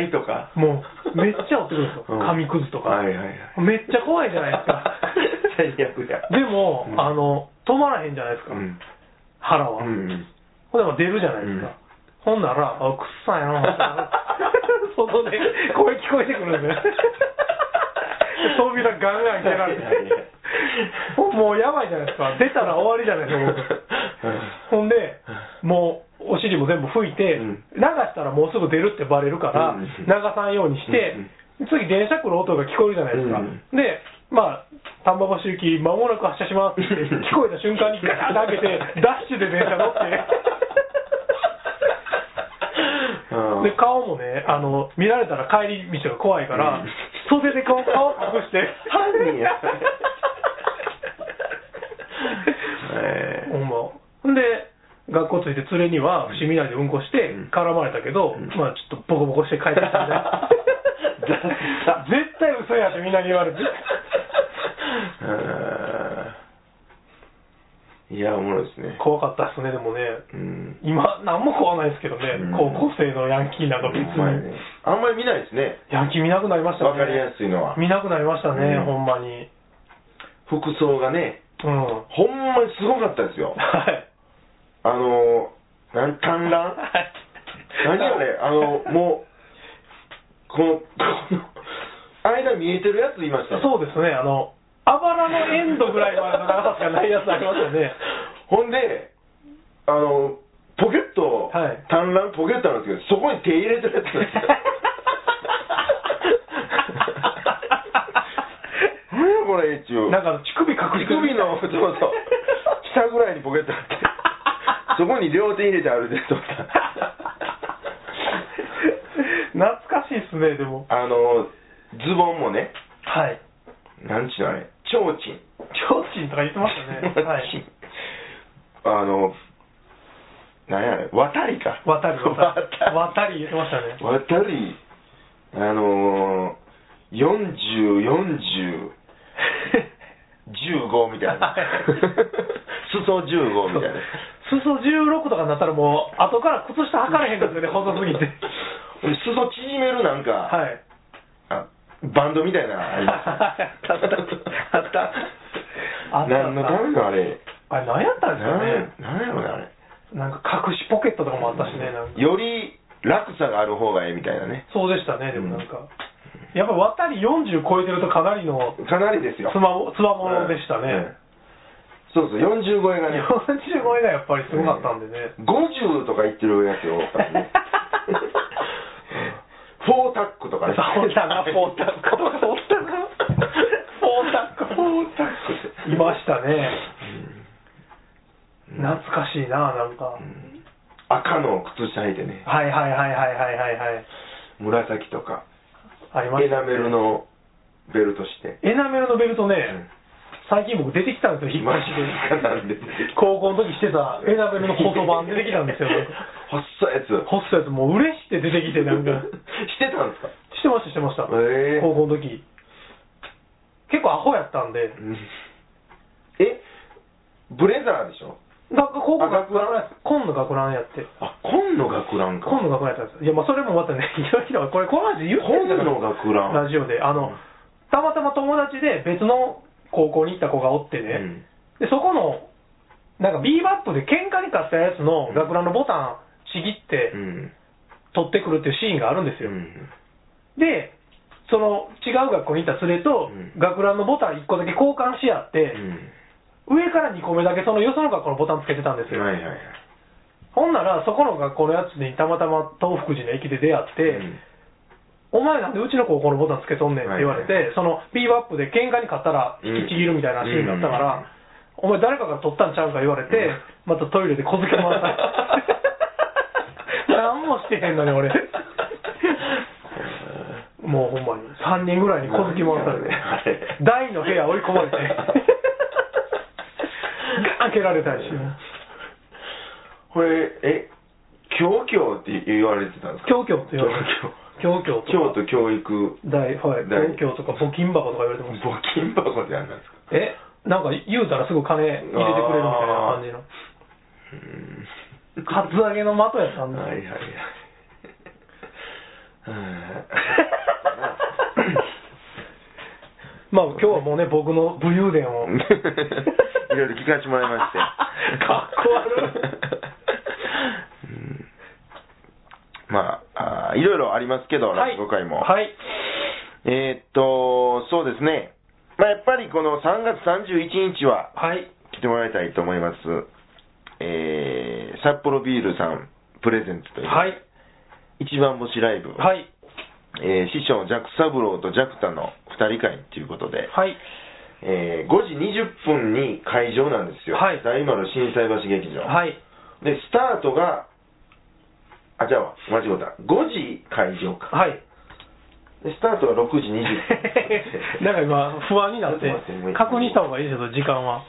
Speaker 1: いとか
Speaker 2: もうめっちゃ落ちてくるんですよ、
Speaker 1: うん
Speaker 2: 紙くずとか、
Speaker 1: はいはいはい
Speaker 2: めっちゃ怖いじゃないですか
Speaker 1: 最悪や
Speaker 2: でも、
Speaker 1: うん
Speaker 2: あの止まらへんじゃないですか、
Speaker 1: うん
Speaker 2: 腹は、
Speaker 1: うんうん
Speaker 2: ほんでまあ出るじゃないですか、ほんならあくっさい な外で声聞こえてくるんですよ扉ガンガン開けられて
Speaker 1: はいはい
Speaker 2: もうやばいじゃないですか出たら終わりじゃない ですか僕ほんでもうお尻も全部拭いて、
Speaker 1: うん
Speaker 2: 流したらもうすぐ出るってバレるから、
Speaker 1: うん
Speaker 2: 流さんようにして、次電車来る音が聞こえるじゃないですか、
Speaker 1: うん
Speaker 2: でまあ丹波橋行き間もなく発車しますって聞こえた瞬間にガーッて開けてダッシュで電車 乗って
Speaker 1: うん
Speaker 2: で顔もねあの見られたら帰り道が怖いから、
Speaker 1: うん
Speaker 2: 袖で顔顔隠して
Speaker 1: 犯人やえ
Speaker 2: ほんまほんで学校着いて連れには伏見内でうんこして
Speaker 1: うん
Speaker 2: 絡まれたけど、
Speaker 1: うん
Speaker 2: まあちょっとボコボコして帰ってきたみたいな
Speaker 1: 雑
Speaker 2: 絶対嘘やってみんなに言われて
Speaker 1: うんいやおもろいですね
Speaker 2: 怖かったっすねでもね
Speaker 1: うん
Speaker 2: 今何も怖ないですけどね、
Speaker 1: うん
Speaker 2: 高校生のヤンキーなんか別
Speaker 1: ほんまや
Speaker 2: に、
Speaker 1: ねあんまり見ないですね
Speaker 2: ヤンキー見なくなりましたね
Speaker 1: わかりやすいのは
Speaker 2: 見なくなりましたね、
Speaker 1: うん
Speaker 2: ほんまに
Speaker 1: 服装がね
Speaker 2: うん
Speaker 1: ほんまにすごかったですよ
Speaker 2: はい
Speaker 1: あのーなん観覧
Speaker 2: はい
Speaker 1: 何あれあのもうこのこの間見えてるやついましたね
Speaker 2: そうですねあのあばらのエンドぐらいまでの長さしかないやつありましたね
Speaker 1: ほんであのポケット、
Speaker 2: はい
Speaker 1: 単乱ポケットなんですけどそこに手入れてるやつなんですよ何や これ一応
Speaker 2: なんかあの乳首隠
Speaker 1: 乳
Speaker 2: してる
Speaker 1: 首のそうそう下ぐらいにポケットあっ てそこに両手入れて歩いてると思った
Speaker 2: 懐かしいっすねでも
Speaker 1: あのズボンもね
Speaker 2: はい
Speaker 1: なんちゅうのあれ提灯
Speaker 2: 提灯とか言ってましたねはい
Speaker 1: 提灯 あのなんやあれ渡りか
Speaker 2: 渡り渡り渡り言ってましたね
Speaker 1: 渡りあのー、4040 15みたいな 裾15みたいな
Speaker 2: 裾16とかになったらもう後から靴下履かれへんですよね細すぎ て
Speaker 1: 俺裾縮めるなんか、
Speaker 2: はい
Speaker 1: あバンドみたいなのありまし
Speaker 2: あったあったあった
Speaker 1: 何のためのあれ
Speaker 2: あれ何やったんですか
Speaker 1: 何や
Speaker 2: ね
Speaker 1: 何やろねあれ
Speaker 2: なんか隠しポケットとかもあったしねなんか
Speaker 1: より落差がある方がええみたいなね
Speaker 2: そうでしたねでもなんか、やっぱり渡り40超えてるとかなりの
Speaker 1: かなりですよ
Speaker 2: つまもつわものでした
Speaker 1: うんう
Speaker 2: ね
Speaker 1: ん、そうそう40超えがね
Speaker 2: 45位がやっぱりすごかったんでね、
Speaker 1: 50とか言ってるやつがおったんで ねフォータックとかね
Speaker 2: そうだなフォータックそうだなフォータック
Speaker 1: フォータックって
Speaker 2: いましたね
Speaker 1: うん
Speaker 2: 懐かしいななんか、
Speaker 1: うん赤の靴下履いてね
Speaker 2: はいはいはいはいはいはいはい
Speaker 1: 紫とか
Speaker 2: ありま
Speaker 1: エ
Speaker 2: した
Speaker 1: ナメルのベルトして
Speaker 2: エナメルのベルトね、
Speaker 1: ん
Speaker 2: 最近僕出てきたんですよ引っ張
Speaker 1: マジですかなんで
Speaker 2: 高校の時してたエナメルの細版出てきたんですよ
Speaker 1: 細いやつ
Speaker 2: 細いやつもう嬉しくて出てきてなんか
Speaker 1: してたんですか
Speaker 2: してましたしてました、
Speaker 1: へえ
Speaker 2: 高校の時結構アホやったんで
Speaker 1: うんえブレザーでしょ
Speaker 2: 学校高校
Speaker 1: あ学ラン
Speaker 2: 今度学ランやって
Speaker 1: あ紺の学ランか
Speaker 2: 今度学ランやったんですよいやまあそれもまたね いろいろこれこの話言ってんだから
Speaker 1: 今度学ラン
Speaker 2: ラジオであのたまたま友達で別の高校に行った子がおってね、
Speaker 1: うん
Speaker 2: でそこのなんか B バットで喧嘩に勝ったやつの学ランのボタンちぎって
Speaker 1: うん
Speaker 2: 取ってくるっていうシーンがあるんです
Speaker 1: う
Speaker 2: よ、
Speaker 1: ん
Speaker 2: でその違う学校に行った連れと
Speaker 1: うん
Speaker 2: 学ランのボタン1個だけ交換し合って、上から2個目だけそのよその学校のボタンつけてたんです
Speaker 1: うん
Speaker 2: よ、
Speaker 1: はいはいはい
Speaker 2: ほんならそこの学校のやつにたまたま東福寺の駅で出会って、お前なんでうちの高校のボタンつけとんねんって言われて、
Speaker 1: は
Speaker 2: そのビーバップで喧嘩に勝ったら引きちぎるみたいなシーンだったから、お前誰かが取ったんちゃうんか言われて、またトイレで小付け回され て何もしてへんのに俺もうほんまに3人ぐらいに小突き回されて
Speaker 1: あれ
Speaker 2: 大の部屋追い込 まれてガン蹴られたりして
Speaker 1: これ、え、教教って言われてたんですか
Speaker 2: キョウキョウって言われてキョウキョウとか
Speaker 1: 教と教育、
Speaker 2: 大はいキョウキ
Speaker 1: 大
Speaker 2: ョウとか募金箱とか言われてま
Speaker 1: 募
Speaker 2: した
Speaker 1: 金箱であんなんですか
Speaker 2: えなんか言うたらすぐ金入れてくれるみたいな感じの
Speaker 1: うん
Speaker 2: カツアゲの的やったんだ、
Speaker 1: はいはいはい。うん
Speaker 2: まあ今日はもうね僕の武勇伝を
Speaker 1: いろいろ聞かせてもらいまして。
Speaker 2: かっこ悪
Speaker 1: い。まああー、いろいろありますけど、
Speaker 2: はい
Speaker 1: 落語会も。
Speaker 2: はい
Speaker 1: えーっと、そうですね。まあ、やっぱりこの3月31日は
Speaker 2: はい
Speaker 1: 来てもらいたいと思います。えー、札幌ビールさんプレゼンツという、
Speaker 2: はい
Speaker 1: 一番星ライブ、
Speaker 2: はい
Speaker 1: えー師匠ジャック三郎とジャクタの2人会ということで、
Speaker 2: はい
Speaker 1: えー5時20分に会場なんですよ、
Speaker 2: はい
Speaker 1: 大丸心斎橋劇場、
Speaker 2: はい
Speaker 1: でスタートがあじゃあ間違った5時会場か
Speaker 2: はい
Speaker 1: でスタートは6時20分
Speaker 2: なんか今不安になって
Speaker 1: ちょっと待って
Speaker 2: 確認した方がいいですよ時間は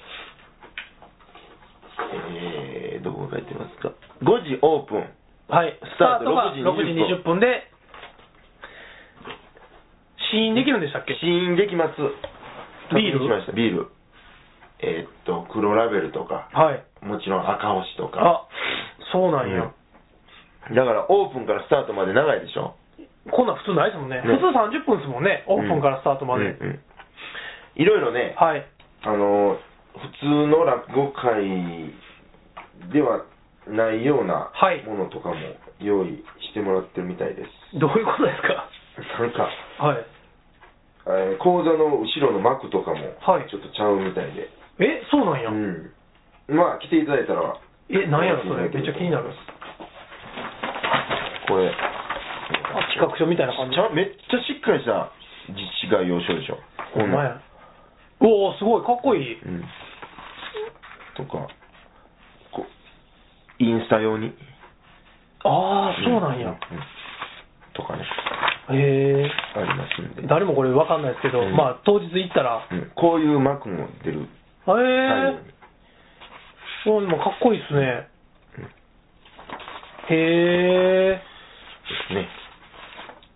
Speaker 1: えー、どこが書いてますか5時オープン
Speaker 2: はいス
Speaker 1: ス
Speaker 2: ター
Speaker 1: ター
Speaker 2: ト
Speaker 1: ト
Speaker 2: が
Speaker 1: が
Speaker 2: 6時20分で試飲できるんでしたっけ
Speaker 1: 試飲できます
Speaker 2: ビール
Speaker 1: 確認しましたビールえーっと黒ラベルとか
Speaker 2: はい
Speaker 1: もちろん赤星とか
Speaker 2: あそうなんや、
Speaker 1: だからオープンからスタートまで長いでしょ
Speaker 2: こんなん普通ないですもんね
Speaker 1: ね
Speaker 2: 普通30分ですもんねオープンからスタートまで、
Speaker 1: うんうんいろいろね、
Speaker 2: はい
Speaker 1: あの普通の落語会ではないような
Speaker 2: はい
Speaker 1: ものとかも用意してもらってるみた いです、
Speaker 2: どういうことですか
Speaker 1: なんか、
Speaker 2: はい
Speaker 1: えー講座の後ろの幕とかも
Speaker 2: はい
Speaker 1: ちょっとちゃうみたいで、
Speaker 2: えそうなんや、
Speaker 1: うんまあ来ていただいたら
Speaker 2: えなんやろそれめっちゃ気になる
Speaker 1: これ
Speaker 2: あ企画書みたいな感じ
Speaker 1: ちゃめっちゃしっかりした自治会要所でしょ
Speaker 2: お
Speaker 1: こんな
Speaker 2: 前おおすごいかっこいい
Speaker 1: うんとかこインスタ用に
Speaker 2: ああそうなんや、
Speaker 1: うとかね
Speaker 2: へえ
Speaker 1: ありますんで、
Speaker 2: 誰もこれ分かんないですけど、
Speaker 1: うん
Speaker 2: まあ当日行ったら、
Speaker 1: うんこういう幕も出る
Speaker 2: へえそうでもかっこいいっすねへえ
Speaker 1: ね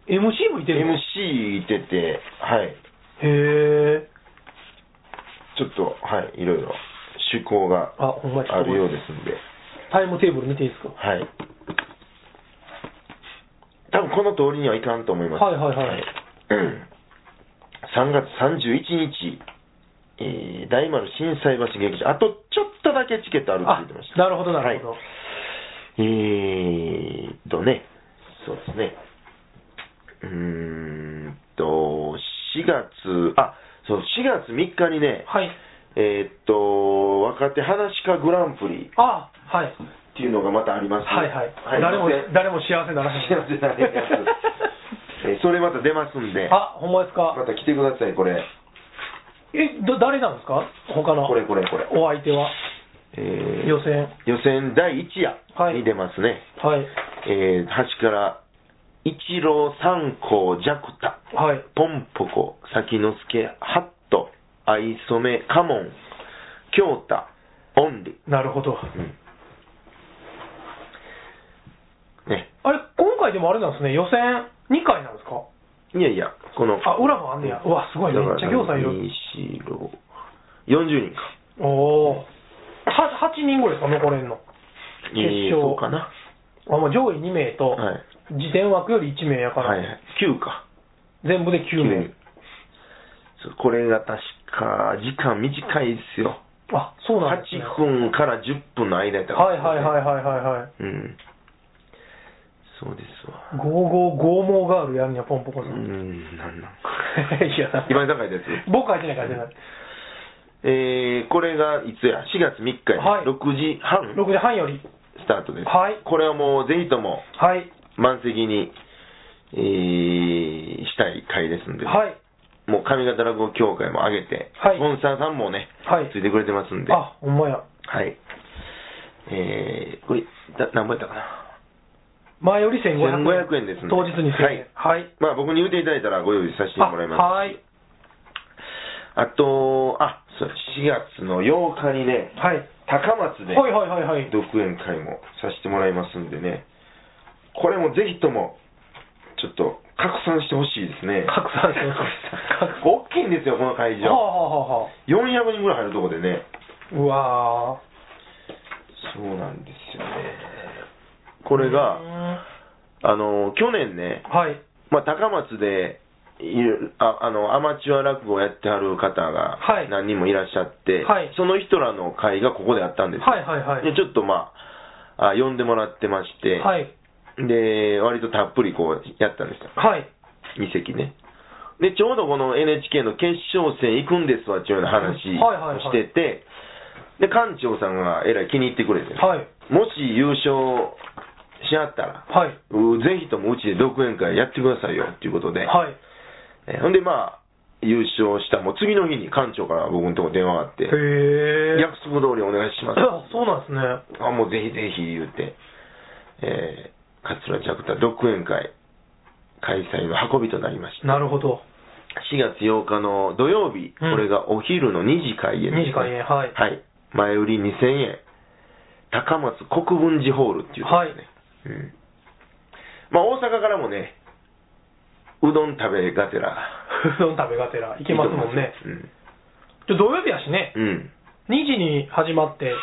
Speaker 2: MC もいてるの
Speaker 1: MC いててはい
Speaker 2: へえ
Speaker 1: ちょっとはいいろいろ趣向が
Speaker 2: あほんまや
Speaker 1: あるようですんで
Speaker 2: タイムテーブル見ていいですか
Speaker 1: はい多分この通りにはいかんと思います
Speaker 2: はいはいはい
Speaker 1: うん3月31日、えー大丸心斎橋劇場あとちょっとだけチケットあるって
Speaker 2: あ
Speaker 1: 言ってました
Speaker 2: なるほどなるほど、
Speaker 1: はいえーっとね、そうですね。うーんと、4月、あ、そう、4月3日にね、
Speaker 2: はい、
Speaker 1: えーっと、若手話家グランプリっ
Speaker 2: あはい
Speaker 1: ていうのがまたあります、
Speaker 2: はいはい、誰も
Speaker 1: すいま
Speaker 2: 誰も幸せならへん
Speaker 1: せん幸せなやつえーそれまた出ますんで、
Speaker 2: あほんまですか
Speaker 1: また来てください、これ。
Speaker 2: えど誰なんですか他の
Speaker 1: これこれこれ
Speaker 2: お相手は
Speaker 1: えー
Speaker 2: 予選
Speaker 1: 予選第1
Speaker 2: は
Speaker 1: 夜
Speaker 2: い
Speaker 1: に出ますね。
Speaker 2: はい
Speaker 1: えー端から、一郎三光ジャクタ。
Speaker 2: はい
Speaker 1: ポンポコ、先のすけ、ハット、藍染め、カモン、京太、オンリ。
Speaker 2: なるほど
Speaker 1: うんね。
Speaker 2: あれ今回でもあれなんですね予選2回なんですか
Speaker 1: いやいや、この。
Speaker 2: あ裏もあんねやうわすごいめっちゃぎょうさんいる
Speaker 1: 西郎40人か。
Speaker 2: おお8人ぐらいですか残れんの決勝
Speaker 1: えーそうかな。
Speaker 2: あもう上位2名と、
Speaker 1: はい
Speaker 2: 自転枠より1名やから、
Speaker 1: はいはい。9か。
Speaker 2: 全部で9名、
Speaker 1: 九そうこれが確か、時間短いですよ。
Speaker 2: あそうなんですね
Speaker 1: 8分から10分の間やったから
Speaker 2: はいはいはいはいはいはい
Speaker 1: うん。そうですわ。
Speaker 2: ゴーゴーゴーモーガールやんやポンポコさ、
Speaker 1: うんん、なんなん
Speaker 2: いや
Speaker 1: 今井さん書いたやつ
Speaker 2: 僕は書いてない書いてない
Speaker 1: えー、これがいつや、4月3日や、
Speaker 2: はい
Speaker 1: 6時半
Speaker 2: 6時半より
Speaker 1: スタートです。
Speaker 2: はい
Speaker 1: これはもうぜひとも
Speaker 2: はい
Speaker 1: 満席に、ええーしたい回ですんで、
Speaker 2: はい。
Speaker 1: もう上方落語協会も上げて、
Speaker 2: はい
Speaker 1: スポンサーさんもね、
Speaker 2: はい
Speaker 1: ついてくれてますんで、は
Speaker 2: あ、ほんまや。
Speaker 1: い。えー、これ、だ何本やったかな。
Speaker 2: 前より1500円。
Speaker 1: 1500円ですね
Speaker 2: 当日に1000円。はい。
Speaker 1: まあ僕に言うていただいたらご用意させて
Speaker 2: あ
Speaker 1: もらいます。
Speaker 2: はい。
Speaker 1: あと、あ、そう、4月の8日にね、
Speaker 2: はい。
Speaker 1: 高松で、
Speaker 2: はいはいはいはい。
Speaker 1: 独演会もさせてもらいますんでね、これもぜひとも、ちょっと拡散してほしいですね。
Speaker 2: 拡散してほしい拡散
Speaker 1: 大きいんですよ、この会
Speaker 2: はあ、
Speaker 1: 場。
Speaker 2: はあはあはあ、
Speaker 1: 400人ぐらい入るとこでね。
Speaker 2: うわ
Speaker 1: そうなんですよね。これ
Speaker 2: ーう
Speaker 1: が、
Speaker 2: ん
Speaker 1: あの、去年ね、
Speaker 2: はい。
Speaker 1: まあ、高松でいるああのアマチュア落語をやってはる方が
Speaker 2: はい
Speaker 1: 何人もいらっしゃって、
Speaker 2: はい
Speaker 1: その人らの会がここであったんですよ、
Speaker 2: はいはいはい。
Speaker 1: でちょっとまああ呼んでもらってまして、
Speaker 2: はい。
Speaker 1: で割とたっぷりこうやったんですよ
Speaker 2: はい。
Speaker 1: 二席ねでちょうどこの NHK の決勝戦行くんですわっていうような話
Speaker 2: はいはいはい
Speaker 1: をしてて、で館長さんがえらい気に入ってくれて、
Speaker 2: はい。
Speaker 1: もし優勝しはったら、
Speaker 2: はい。
Speaker 1: うぜひともうちで独演会やってくださいよっていうことで、
Speaker 2: はい。
Speaker 1: えーほんでまあ、優勝した、もう次の日に館長から僕のとこ電話があって、
Speaker 2: へ
Speaker 1: 約
Speaker 2: え。
Speaker 1: 束通りお願いします。
Speaker 2: あそうなんですね。
Speaker 1: あ、もうぜひぜひ言うて、えー、桂ジャクタ独演会開催の運びとなりました。
Speaker 2: なるほど。
Speaker 1: 4月8日の土曜日、
Speaker 2: うん
Speaker 1: これがお昼の2時開演
Speaker 2: 2時
Speaker 1: です、ね。
Speaker 2: 開演、はい。
Speaker 1: はい。前売り2000円。高松国分寺ホールっていうとこですね。うん。まあ大阪からもね、うどん食べがてら。
Speaker 2: うどん食べがてら、行けますもんね。
Speaker 1: うん。
Speaker 2: じゃあ土曜日やしね、
Speaker 1: うん。
Speaker 2: 2時に始まって、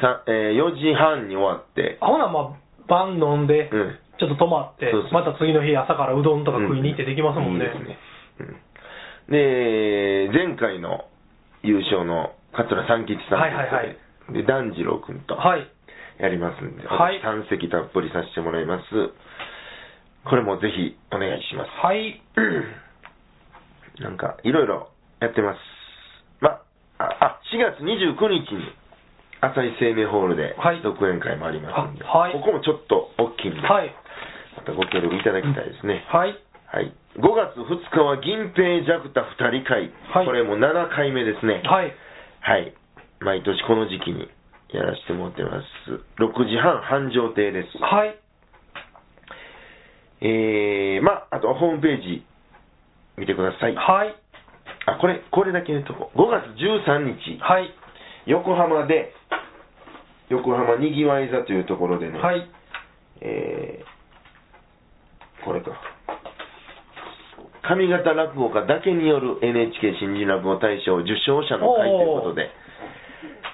Speaker 1: さえー4時半に終わって、
Speaker 2: あほな、まあ、晩飲んで、
Speaker 1: うん
Speaker 2: ちょっと泊まって
Speaker 1: そうそう、
Speaker 2: また次の日朝からうどんとか食いに行ってできますもんね。
Speaker 1: ういいですね、うんで前回の優勝の桂三吉さん
Speaker 2: はいはいはい
Speaker 1: ということでで團次郎君と
Speaker 2: はい。
Speaker 1: やりますんで、
Speaker 2: はい
Speaker 1: 3席たっぷりさせてもらいますこれもぜひお願いします、
Speaker 2: はい。
Speaker 1: なんかいろいろやってますまああ4月29日に浅井生命ホールで
Speaker 2: はい
Speaker 1: 独演会もありますんで、
Speaker 2: あはい
Speaker 1: ここもちょっと大きいんで、
Speaker 2: はい。
Speaker 1: またご協力いただきたいですね、
Speaker 2: はい。
Speaker 1: はい、5月2日は銀平ジャクタ2人会、
Speaker 2: はい
Speaker 1: これも7回目ですね、
Speaker 2: はい。
Speaker 1: はい毎年この時期にやらせてもらってます、6時半、繁盛亭です、
Speaker 2: はい。
Speaker 1: えー、まあ、あとホームページ見てください、
Speaker 2: はい。
Speaker 1: あこれ、これだけ言うとこ、5月13日、
Speaker 2: はい。
Speaker 1: 横浜で、横浜にぎわい座というところでね、
Speaker 2: はい。
Speaker 1: えーこれか。上方落語家だけによる NHK 新人落語大賞受賞者の会ということで、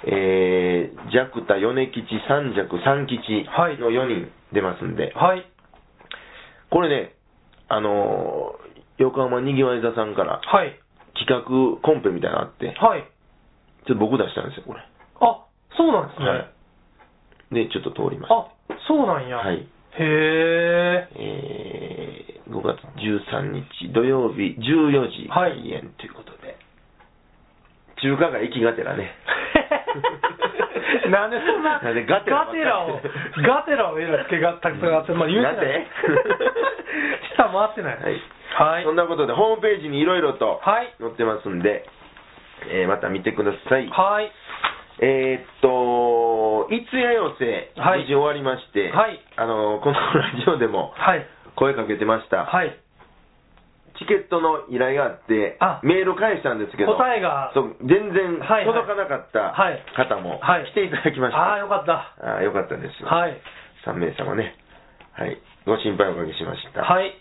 Speaker 1: えー、ジャクタ、米吉、三尺、三吉
Speaker 2: はい
Speaker 1: の4人出ますんで、
Speaker 2: はい。
Speaker 1: これね、あのー横浜にぎわい座さんから
Speaker 2: はい。
Speaker 1: 企画コンペみたいなのあって、
Speaker 2: はい。
Speaker 1: ちょっと僕出したんですよ、これ。
Speaker 2: あ、そうなんですね。
Speaker 1: はい。で、ちょっと通りました。
Speaker 2: あ、そうなんや。
Speaker 1: はい。
Speaker 2: へえ。
Speaker 1: えー5月13日土曜日14時
Speaker 2: は
Speaker 1: 開
Speaker 2: い
Speaker 1: 演ということで、中華街行きがてらね
Speaker 2: なんでそんな、
Speaker 1: なんで
Speaker 2: ガ
Speaker 1: ガテ
Speaker 2: テ
Speaker 1: ラばっかり
Speaker 2: ラを、ガテラを得るつけがたくさんあって、まあ言うてな
Speaker 1: なんで
Speaker 2: い。 下回ってない。
Speaker 1: はい、そ
Speaker 2: はい。
Speaker 1: んなことでホームページにいろいろと
Speaker 2: はい
Speaker 1: 載ってますんで、えーまた見てください、
Speaker 2: はい。
Speaker 1: えーっといつや寄せ
Speaker 2: はい
Speaker 1: 無事終わりまして、
Speaker 2: はい
Speaker 1: あのーこのラジオでも
Speaker 2: はい。
Speaker 1: 声かけてました、
Speaker 2: はい。
Speaker 1: チケットの依頼があって
Speaker 2: あ
Speaker 1: メール返したんですけど
Speaker 2: 答えが、
Speaker 1: そう全然
Speaker 2: はいはい
Speaker 1: 届かなかった
Speaker 2: はい
Speaker 1: 方も
Speaker 2: はい
Speaker 1: 来ていただきました、
Speaker 2: ああ、よかった。
Speaker 1: あーよかったです、
Speaker 2: はい。
Speaker 1: 3名様ね、はい、ご心配おかけしました、
Speaker 2: はい。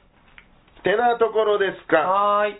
Speaker 1: てなところですか
Speaker 2: はーい。